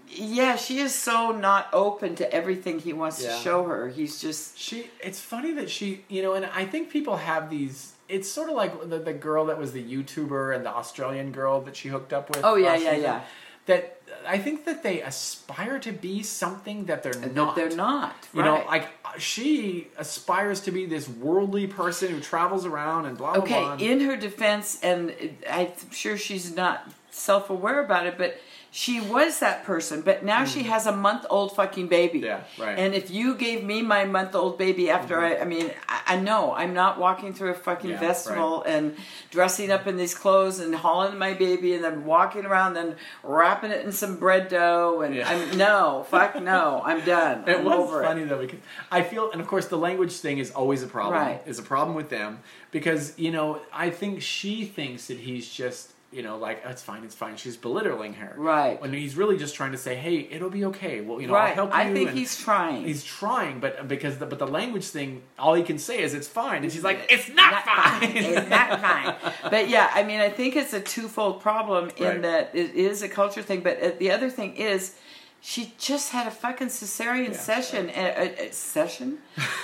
Speaker 2: yeah, she is so not open to everything he wants
Speaker 1: Yeah.
Speaker 2: to show her. He's just
Speaker 1: She. It's funny that she. You know, and I think people have these. It's sort of like the, the girl that was the YouTuber and the Australian girl that she hooked up with.
Speaker 2: Oh, yeah,
Speaker 1: last
Speaker 2: yeah,
Speaker 1: season.
Speaker 2: yeah.
Speaker 1: That I think that they aspire to be something that they're not.
Speaker 2: they're not.
Speaker 1: You know,
Speaker 2: right.
Speaker 1: like uh, she aspires to be this worldly person who travels around and blah blah
Speaker 2: Okay,
Speaker 1: blah. and-
Speaker 2: in her defense, and I'm sure she's not self aware about it, but she was that person, but now she has a month old fucking baby.
Speaker 1: Hmm. Yeah, right. Mm-hmm.
Speaker 2: And if you gave me my month old baby after I, I mean, I, I know I'm not walking through a fucking
Speaker 1: Yeah,
Speaker 2: festival and dressing up in these clothes and hauling my baby and then walking around and wrapping it in some bread dough. And
Speaker 1: Yeah.
Speaker 2: I'm, no, fuck no, I'm done.
Speaker 1: It
Speaker 2: I'm
Speaker 1: was
Speaker 2: over
Speaker 1: funny though because I feel, and of course, the language thing is always a problem.
Speaker 2: Right.
Speaker 1: Is a problem with them because you know I think she thinks that he's just you know like "Oh, it's fine, it's fine. She's belittling her.
Speaker 2: Right.
Speaker 1: When he's really just trying to say, hey, it'll be okay. Well, you know, I'll
Speaker 2: Right.
Speaker 1: help you.
Speaker 2: I think
Speaker 1: and
Speaker 2: he's trying.
Speaker 1: He's trying, but because the, but the language thing, all he can say is it's fine, and she's like, it's not, fine.
Speaker 2: it's not fine. But yeah, I mean, I think it's a twofold problem in
Speaker 1: Right.
Speaker 2: that it is a culture thing. But uh, the other thing is, she just had a fucking cesarean
Speaker 1: Yeah,
Speaker 2: session, a, a, a session,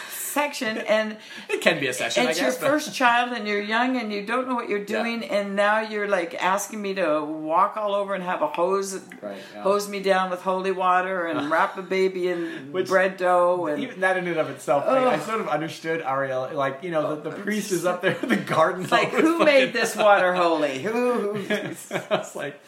Speaker 2: section, and
Speaker 1: it can be a session.
Speaker 2: it's
Speaker 1: I
Speaker 2: your
Speaker 1: guess, but-
Speaker 2: first child, and you're young, and you don't know what you're
Speaker 1: Yeah.
Speaker 2: doing, and now you're like asking me to walk all over and have a hose
Speaker 1: Right, yeah.
Speaker 2: hose me down with holy water and wrap a baby in
Speaker 1: Which-
Speaker 2: bread dough and.
Speaker 1: Even that in and of itself, I, I
Speaker 2: Ugh.
Speaker 1: sort of understood Ariel. Like you know, the, the priest is up there, the garden.
Speaker 2: it's like who made this water holy? Who, who
Speaker 1: I was like,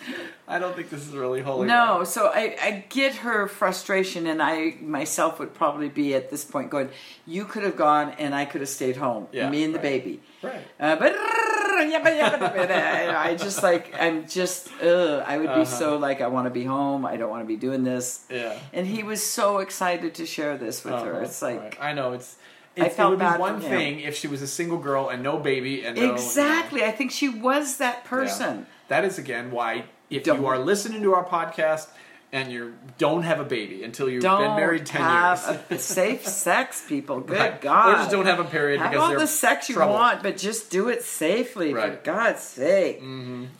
Speaker 1: I don't think this is really holy.
Speaker 2: No, so I, I get her frustration, and I myself would probably be at this point going, "You could have gone, and I could have stayed home,
Speaker 1: Yeah,
Speaker 2: me and the
Speaker 1: right.
Speaker 2: baby."
Speaker 1: Right.
Speaker 2: Uh, but I just like I'm just ugh, I would
Speaker 1: Uh-huh.
Speaker 2: be so like I want to be home. I don't want to be doing this.
Speaker 1: Yeah.
Speaker 2: And he was so excited to share this with her.
Speaker 1: Uh-huh,
Speaker 2: It's like
Speaker 1: right. I know it's. it's
Speaker 2: felt
Speaker 1: it would
Speaker 2: bad
Speaker 1: be
Speaker 2: for
Speaker 1: one
Speaker 2: him.
Speaker 1: thing if she was a single girl and no baby and no, you know,
Speaker 2: exactly. I think she was that
Speaker 1: yeah.
Speaker 2: person.
Speaker 1: That is again why if
Speaker 2: Don't-
Speaker 1: you are listening to our podcast and you don't have a baby until you've
Speaker 2: Don't
Speaker 1: been married ten
Speaker 2: have
Speaker 1: years.
Speaker 2: a- safe sex, people. Good
Speaker 1: Right.
Speaker 2: God!
Speaker 1: Or just don't have a period
Speaker 2: Have
Speaker 1: because
Speaker 2: all
Speaker 1: they're
Speaker 2: the sex you
Speaker 1: trouble.
Speaker 2: want, but just do it safely,
Speaker 1: Right. Mm,
Speaker 2: for God's sake.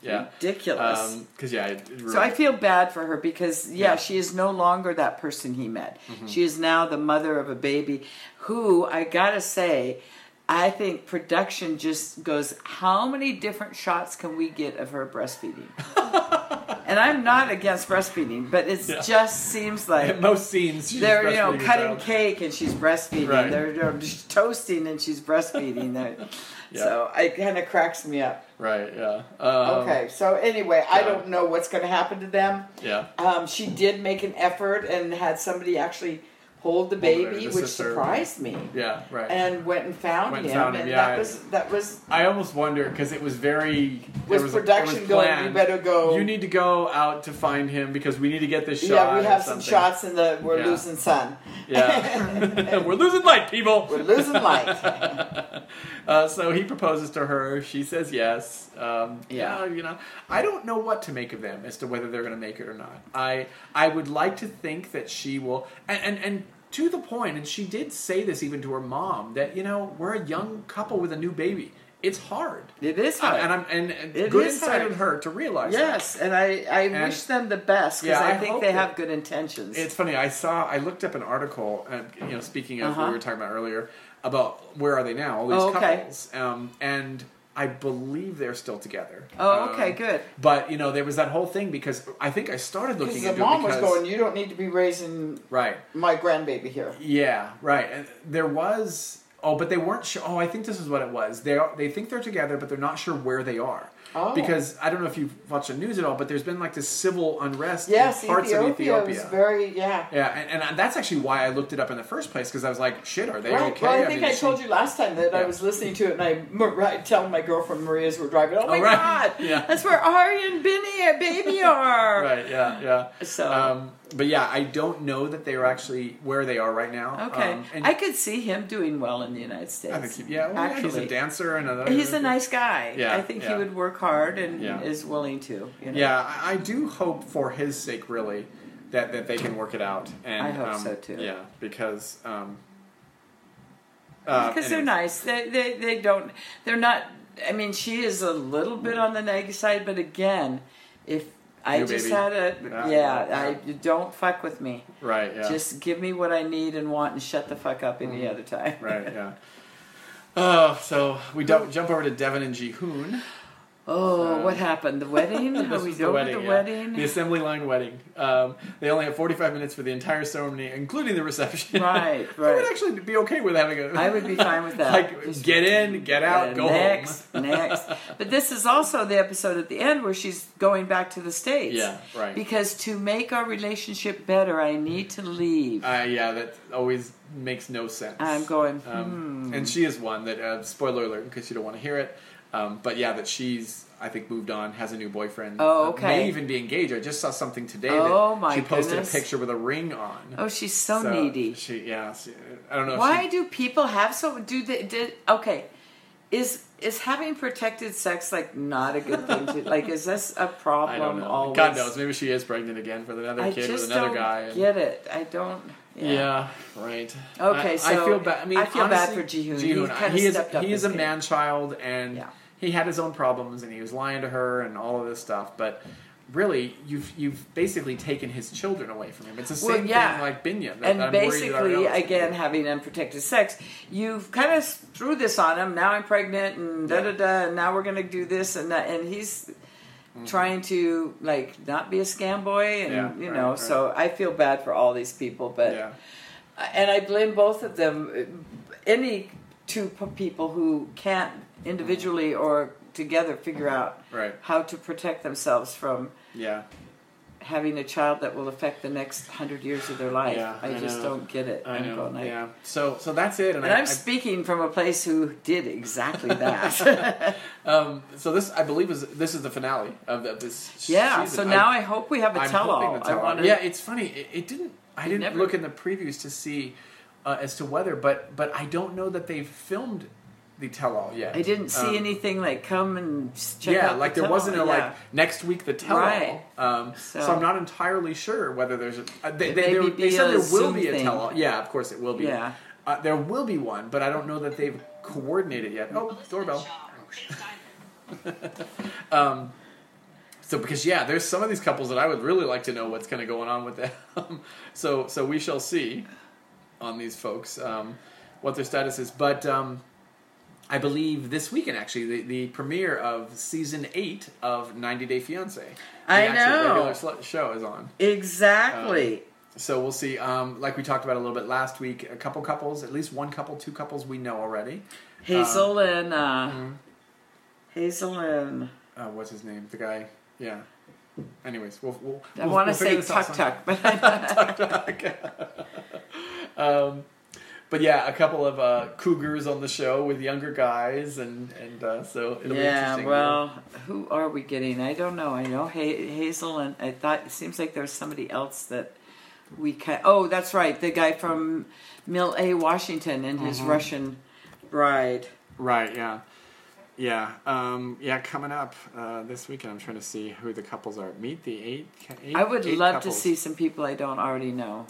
Speaker 1: yeah.
Speaker 2: Ridiculous.
Speaker 1: Um 'cause yeah, it
Speaker 2: so I
Speaker 1: ruined-
Speaker 2: feel bad for her because yeah,
Speaker 1: Yeah. Mm-hmm.
Speaker 2: she is no longer that person he met. She is now the mother of a baby who I gotta say. I think production just goes, how many different shots can we get of her breastfeeding? and I'm not against breastfeeding, but it
Speaker 1: Yeah.
Speaker 2: just seems like
Speaker 1: in most scenes she's
Speaker 2: they're you know
Speaker 1: breastfeeding
Speaker 2: cutting
Speaker 1: herself.
Speaker 2: cake and she's breastfeeding.
Speaker 1: Right.
Speaker 2: They're, they're just toasting and she's breastfeeding. They're-
Speaker 1: Yeah.
Speaker 2: So it kind of cracks me up.
Speaker 1: Right. Yeah. Um,
Speaker 2: okay, so anyway, I
Speaker 1: yeah.
Speaker 2: don't know what's going to happen to them.
Speaker 1: Yeah.
Speaker 2: Um, she did make an effort and had somebody actually hold the
Speaker 1: her,
Speaker 2: baby,
Speaker 1: the
Speaker 2: which
Speaker 1: sister.
Speaker 2: surprised me.
Speaker 1: Yeah. Right.
Speaker 2: And went and found
Speaker 1: Went and
Speaker 2: him,
Speaker 1: found him,
Speaker 2: and
Speaker 1: yeah.
Speaker 2: that was that was
Speaker 1: I almost wonder because it was very there
Speaker 2: was,
Speaker 1: was
Speaker 2: production
Speaker 1: there was
Speaker 2: going.
Speaker 1: planned.
Speaker 2: You better go.
Speaker 1: You need to go out to find him because we need to get this shot.
Speaker 2: yeah, we
Speaker 1: or
Speaker 2: have some
Speaker 1: something.
Speaker 2: shots in the we're
Speaker 1: Yeah.
Speaker 2: losing sun.
Speaker 1: Yeah, we're losing light, people.
Speaker 2: we're losing light.
Speaker 1: Uh, so he proposes to her. She says yes. Um,
Speaker 2: Yeah.
Speaker 1: yeah. you know, I don't know what to make of them as to whether they're going to make it or not. I I would like to think that she will, and and. and to the point, and she did say this even to her mom that you know we're a young couple with a new baby. it's hard.
Speaker 2: It is
Speaker 1: I-
Speaker 2: hard.
Speaker 1: and I'm and, and
Speaker 2: It
Speaker 1: good
Speaker 2: is
Speaker 1: insight on
Speaker 2: hard.
Speaker 1: her to realize. that.
Speaker 2: yes, and I, I wish them the best because
Speaker 1: Yeah,
Speaker 2: I,
Speaker 1: I
Speaker 2: think
Speaker 1: hope
Speaker 2: they
Speaker 1: that-
Speaker 2: have good intentions.
Speaker 1: It's funny. I saw. I looked up an article. Uh, you know, speaking of what
Speaker 2: Uh-huh.
Speaker 1: we were talking about earlier about where are they now? All these
Speaker 2: Oh, okay.
Speaker 1: couples, um, and I believe they're still together.
Speaker 2: oh,
Speaker 1: Um,
Speaker 2: okay, good.
Speaker 1: But you know, there was that whole thing because I think I started looking
Speaker 2: Because
Speaker 1: into
Speaker 2: the
Speaker 1: it
Speaker 2: mom was
Speaker 1: because-
Speaker 2: going, you don't need to be raising
Speaker 1: right.
Speaker 2: my grandbaby here.
Speaker 1: Yeah, right. And there was. Oh, but they weren't sure. Oh, I think this is what it was. They are, they think they're together, but they're not sure where they are.
Speaker 2: Oh.
Speaker 1: Because I don't know if you've watched the news at all, but there's been like this civil unrest
Speaker 2: Yes,
Speaker 1: in parts of
Speaker 2: Ethiopia,
Speaker 1: Ethiopia.
Speaker 2: was very yeah.
Speaker 1: yeah, and, and that's actually why I looked it up in the first place because I was like, "Shit, are they
Speaker 2: Right.
Speaker 1: okay?"
Speaker 2: Well, I
Speaker 1: mean,
Speaker 2: think I,
Speaker 1: is she-
Speaker 2: told you last time that I
Speaker 1: Yeah.
Speaker 2: was listening to it, and I, m- I tell my girlfriend Maria as we're driving. Oh my
Speaker 1: Oh, right.
Speaker 2: god,
Speaker 1: Yeah.
Speaker 2: that's where Ari and Benny and Baby are.
Speaker 1: Right? Yeah, yeah.
Speaker 2: Mm. So-
Speaker 1: um, but yeah, I don't know that they are actually where they are right now.
Speaker 2: Okay,
Speaker 1: um, and
Speaker 2: I could see him doing well in the United States.
Speaker 1: I think he, yeah, well, yeah, he's a
Speaker 2: actually.
Speaker 1: dancer and another.
Speaker 2: He's a nice guy.
Speaker 1: Yeah,
Speaker 2: I think he
Speaker 1: yeah.
Speaker 2: would work hard and
Speaker 1: Yeah.
Speaker 2: is willing to. You know?
Speaker 1: Yeah, I, I do hope for his sake, really, that, that they can work it out. And
Speaker 2: I hope
Speaker 1: um,
Speaker 2: so, too.
Speaker 1: Yeah, because um, uh,
Speaker 2: because they're
Speaker 1: anyways.
Speaker 2: nice. They, they they don't. They're not. I mean, she is a little bit on the negative side, but again, if I
Speaker 1: New
Speaker 2: just
Speaker 1: baby.
Speaker 2: had a yeah,
Speaker 1: Yeah, yeah,
Speaker 2: I don't fuck with me.
Speaker 1: Right. Yeah. Mm-hmm.
Speaker 2: Just give me what I need and want, and shut the fuck up any other time.
Speaker 1: Right. Yeah. Oh, so we don't jump over to Devin and Jihoon.
Speaker 2: Oh,
Speaker 1: Uh,
Speaker 2: what happened? The wedding? Are
Speaker 1: This
Speaker 2: we
Speaker 1: was the
Speaker 2: doing
Speaker 1: wedding,
Speaker 2: the
Speaker 1: yeah.
Speaker 2: wedding?
Speaker 1: the assembly line wedding. Um, they only have forty-five minutes for the entire ceremony, including the reception.
Speaker 2: Right,
Speaker 1: I
Speaker 2: right.
Speaker 1: would actually be okay with having a.
Speaker 2: I would be fine with that.
Speaker 1: like
Speaker 2: Just-
Speaker 1: get in, get out,
Speaker 2: Uh,
Speaker 1: go home.
Speaker 2: next, next. But this is also the episode at the end where she's going back to the states.
Speaker 1: Yeah, right.
Speaker 2: Because to make our relationship better, I need to leave.
Speaker 1: Uh, yeah, that always makes no sense.
Speaker 2: I'm going.
Speaker 1: Um,
Speaker 2: Hmm.
Speaker 1: And she is one that, uh, spoiler alert, in case you don't want to hear it, um, but yeah, that she's, I think, moved on, has a new boyfriend.
Speaker 2: Oh,
Speaker 1: uh,
Speaker 2: okay.
Speaker 1: may even be engaged. I just saw something today
Speaker 2: Oh,
Speaker 1: that
Speaker 2: my
Speaker 1: she posted
Speaker 2: goodness.
Speaker 1: a picture with a ring on.
Speaker 2: oh, she's so,
Speaker 1: So
Speaker 2: needy.
Speaker 1: She, yeah, she- I don't know.
Speaker 2: Why
Speaker 1: If
Speaker 2: do people have so? Do they? Did, okay, is is having protected sex like not a good thing? to Like, is this a
Speaker 1: she, I
Speaker 2: problem?
Speaker 1: don't know.
Speaker 2: Always?
Speaker 1: God knows. Maybe she is pregnant again with another
Speaker 2: I
Speaker 1: kid
Speaker 2: just
Speaker 1: with another
Speaker 2: don't
Speaker 1: guy. and-
Speaker 2: get it. I don't.
Speaker 1: Yeah. right.
Speaker 2: Okay,
Speaker 1: I,
Speaker 2: so
Speaker 1: I feel bad. I mean,
Speaker 2: I feel bad
Speaker 1: honestly,
Speaker 2: for Jihoon. He
Speaker 1: Jihoon,
Speaker 2: kinda
Speaker 1: he is
Speaker 2: stepped up
Speaker 1: he is
Speaker 2: his
Speaker 1: a
Speaker 2: game.
Speaker 1: man child, and
Speaker 2: Yeah.
Speaker 1: he had his own problems, and he was lying to her, and all of this stuff. But really, you've you've basically taken his children away from him. It's the same
Speaker 2: Well, yeah.
Speaker 1: thing like Binya. That,
Speaker 2: and
Speaker 1: that I'm worried that our
Speaker 2: basically,
Speaker 1: relatives will
Speaker 2: again,
Speaker 1: do.
Speaker 2: having unprotected sex, you've kind of threw this on him. Now I'm pregnant, and da da da. And now we're gonna do this and that, and he's trying to like not be a scam boy, and
Speaker 1: Mm-hmm. Yeah,
Speaker 2: you
Speaker 1: right,
Speaker 2: know.
Speaker 1: right.
Speaker 2: So I feel bad for all these people, but
Speaker 1: yeah,
Speaker 2: and I blame both of them. uh, Any two p- people who can't individually or together figure out
Speaker 1: right,
Speaker 2: how to protect themselves from
Speaker 1: yeah.
Speaker 2: having a child that will affect the next hundred years of their life.
Speaker 1: Yeah,
Speaker 2: I,
Speaker 1: I
Speaker 2: just
Speaker 1: know.
Speaker 2: don't get it.
Speaker 1: I
Speaker 2: I'm
Speaker 1: know.
Speaker 2: going, I-
Speaker 1: yeah. So so that's it. And,
Speaker 2: And
Speaker 1: I,
Speaker 2: I'm
Speaker 1: I-
Speaker 2: speaking from a place who did exactly that.
Speaker 1: um, so this I believe is this is the finale of, of this.
Speaker 2: yeah. So
Speaker 1: season.
Speaker 2: now
Speaker 1: I,
Speaker 2: I hope we have a
Speaker 1: I'm
Speaker 2: tell-all.
Speaker 1: hoping the
Speaker 2: I
Speaker 1: tell-all-
Speaker 2: want to.
Speaker 1: Yeah, it's funny. It, it didn't. I didn't
Speaker 2: never-
Speaker 1: look in the previews to see uh, as to whether, but but I don't know that they've filmed the tell-all yet.
Speaker 2: I didn't see
Speaker 1: Um,
Speaker 2: anything like come and s- check
Speaker 1: yeah,
Speaker 2: out.
Speaker 1: like
Speaker 2: the
Speaker 1: there wasn't a
Speaker 2: tell-all.
Speaker 1: like next week the tell-all.
Speaker 2: Right.
Speaker 1: Um, so.
Speaker 2: So-
Speaker 1: I'm not entirely sure whether there's a. Uh, they, they,
Speaker 2: It may
Speaker 1: there-
Speaker 2: be
Speaker 1: they said
Speaker 2: a
Speaker 1: there will
Speaker 2: Zoom
Speaker 1: be a
Speaker 2: thing.
Speaker 1: tell-all. Yeah, of course it will be.
Speaker 2: Yeah.
Speaker 1: Uh, there will be one, but I don't know that they've coordinated yet. Oh, doorbell. Um, so because yeah, there's some of these couples that I would really like to know what's kind of going on with them. so so we shall see on these folks um, what their status is. But um, I believe this weekend actually the, the premiere of season eight of 90 Day Fiance. The
Speaker 2: I
Speaker 1: actual
Speaker 2: know.
Speaker 1: regular sl- show is on.
Speaker 2: exactly.
Speaker 1: So we'll see. Um, like we talked about a little bit last week, a couple couples, at least one couple, two couples we know already.
Speaker 2: Hazel
Speaker 1: um,
Speaker 2: and uh,
Speaker 1: mm-hmm.
Speaker 2: Hazel and
Speaker 1: Uh, what's his name? The guy. Yeah. Anyways, we'll. we'll
Speaker 2: I
Speaker 1: we'll-
Speaker 2: want to
Speaker 1: we'll figure
Speaker 2: say
Speaker 1: this out
Speaker 2: Tuck
Speaker 1: sometime.
Speaker 2: Tuck, but I,
Speaker 1: Um, but yeah, a couple of uh, cougars on the show with younger guys, and and uh, so it'll be
Speaker 2: yeah.
Speaker 1: interesting.
Speaker 2: Well, who are we getting? I don't know. I know ha- Hazel and I thought it seems like there's somebody else that we can. Oh, that's right, the guy from Mill A. Washington and his Russian bride.
Speaker 1: right? Yeah, yeah, um, yeah. Coming up uh, this weekend, I'm trying to see who the couples are. Meet the eight. ca- eight
Speaker 2: I would
Speaker 1: eight
Speaker 2: love
Speaker 1: couples.
Speaker 2: to see some people I don't already know.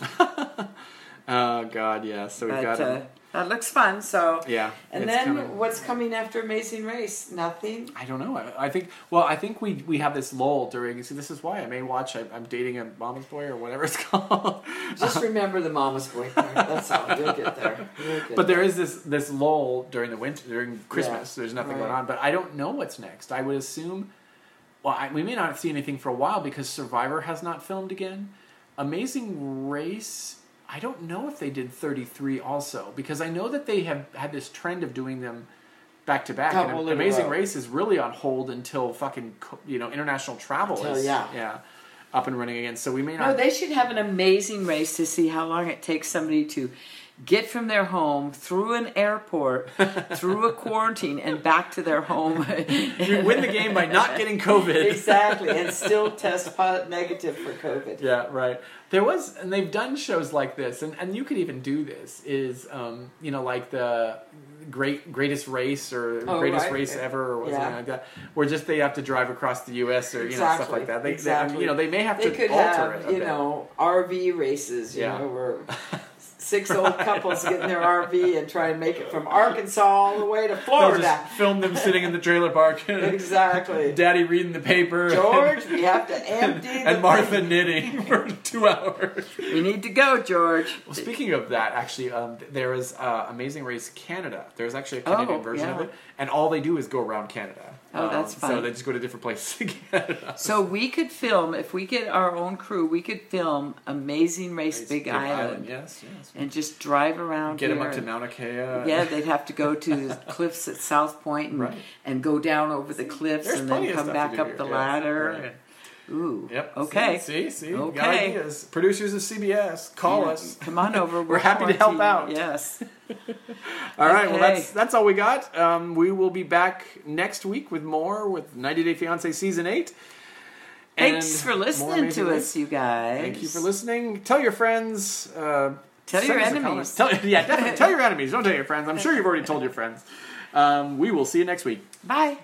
Speaker 1: Oh God, yeah. So we've
Speaker 2: But
Speaker 1: got
Speaker 2: uh, that looks fun. So
Speaker 1: yeah.
Speaker 2: And
Speaker 1: it's
Speaker 2: then
Speaker 1: coming.
Speaker 2: what's coming after Amazing Race? Nothing.
Speaker 1: I don't know. I, I think. Well, I think we we have this lull during. See, this is why I may watch. I, I'm dating a mama's boy or whatever it's called.
Speaker 2: Just remember the mama's boy part. That's all. You'll get there. You'll get
Speaker 1: But
Speaker 2: there.
Speaker 1: there is this this lull during the winter during Christmas. There's nothing going
Speaker 2: right.
Speaker 1: on, but I don't know what's next. I would assume. Well, I, we may not see anything for a while because Survivor has not filmed again. Amazing Race. I don't know if they did 33 also because I know that they have had this trend of doing them back to back.
Speaker 2: Oh,
Speaker 1: And
Speaker 2: well, in a
Speaker 1: Amazing
Speaker 2: row.
Speaker 1: Race is really on hold until fucking co- you know international travel
Speaker 2: Until-
Speaker 1: is
Speaker 2: yeah.
Speaker 1: up and running again. So we may not.
Speaker 2: No, they should have an amazing race to see how long it takes somebody to get from their home through an airport, through a quarantine, and back to their home.
Speaker 1: you win the game by not getting COVID.
Speaker 2: exactly, and still test po- negative for COVID.
Speaker 1: Yeah, right. There was, and they've done shows like this, and, and you could even do this. Is um, you know, like the great greatest race or
Speaker 2: Oh,
Speaker 1: greatest
Speaker 2: right.
Speaker 1: race ever or
Speaker 2: Yeah.
Speaker 1: something like that, where just they have to drive across the U.S. or you know stuff
Speaker 2: Exactly,
Speaker 1: like that. They, they I mean,
Speaker 2: exactly.
Speaker 1: you know, they may have
Speaker 2: They
Speaker 1: to
Speaker 2: could
Speaker 1: alter
Speaker 2: have,
Speaker 1: it. a
Speaker 2: you
Speaker 1: bit.
Speaker 2: know, RV races, you
Speaker 1: Yeah.
Speaker 2: know, where six old couples get in their RV and try and make it from Arkansas all the way to
Speaker 1: They'll
Speaker 2: Florida.
Speaker 1: just film them sitting in the trailer park.
Speaker 2: Exactly.
Speaker 1: Daddy reading the paper.
Speaker 2: George, we have to empty the
Speaker 1: And Martha knitting for two hours.
Speaker 2: We need to go, George.
Speaker 1: Well, speaking of that, actually, um, th- there is uh, Amazing Race Canada. There's actually a Canadian
Speaker 2: Oh,
Speaker 1: version of
Speaker 2: yeah.
Speaker 1: it, and all they do is go around Canada.
Speaker 2: Oh,
Speaker 1: Um,
Speaker 2: that's
Speaker 1: So
Speaker 2: fun.
Speaker 1: they just go to different places in Canada.
Speaker 2: So we could film if we get our own crew. We could film Amazing Race
Speaker 1: It's
Speaker 2: Big, Island,
Speaker 1: Yes, yes.
Speaker 2: and just drive around.
Speaker 1: Get them up
Speaker 2: here.
Speaker 1: to Mauna Kea.
Speaker 2: Yeah, they'd have to go to the cliffs at South Point and,
Speaker 1: Right.
Speaker 2: and go down over the cliffs
Speaker 1: There's
Speaker 2: and
Speaker 1: plenty
Speaker 2: then
Speaker 1: of
Speaker 2: come
Speaker 1: stuff to
Speaker 2: back
Speaker 1: do
Speaker 2: up
Speaker 1: here.
Speaker 2: the
Speaker 1: Yes,
Speaker 2: ladder.
Speaker 1: right.
Speaker 2: Ooh.
Speaker 1: Yep.
Speaker 2: Okay.
Speaker 1: See, see, see? got
Speaker 2: Okay.
Speaker 1: ideas. Producers of CBS, call
Speaker 2: Yeah,
Speaker 1: us.
Speaker 2: Come on over. We're,
Speaker 1: happy to help out.
Speaker 2: quarantined. Yes.
Speaker 1: All right, well
Speaker 2: Okay.
Speaker 1: that's that's all we got. Um, we will be back next week with more with 90 Day Fiance season 8.
Speaker 2: Thanks
Speaker 1: And
Speaker 2: for
Speaker 1: more
Speaker 2: listening
Speaker 1: Amazing
Speaker 2: to
Speaker 1: Race.
Speaker 2: us, you guys.
Speaker 1: Thank you for listening. Tell your friends. Uh,
Speaker 2: Tell
Speaker 1: send
Speaker 2: your
Speaker 1: us a comment.
Speaker 2: enemies.
Speaker 1: Tell, yeah, definitely. tell your enemies. Don't tell your friends. I'm sure you've already told your friends. Um, we will see you next week.
Speaker 2: Bye.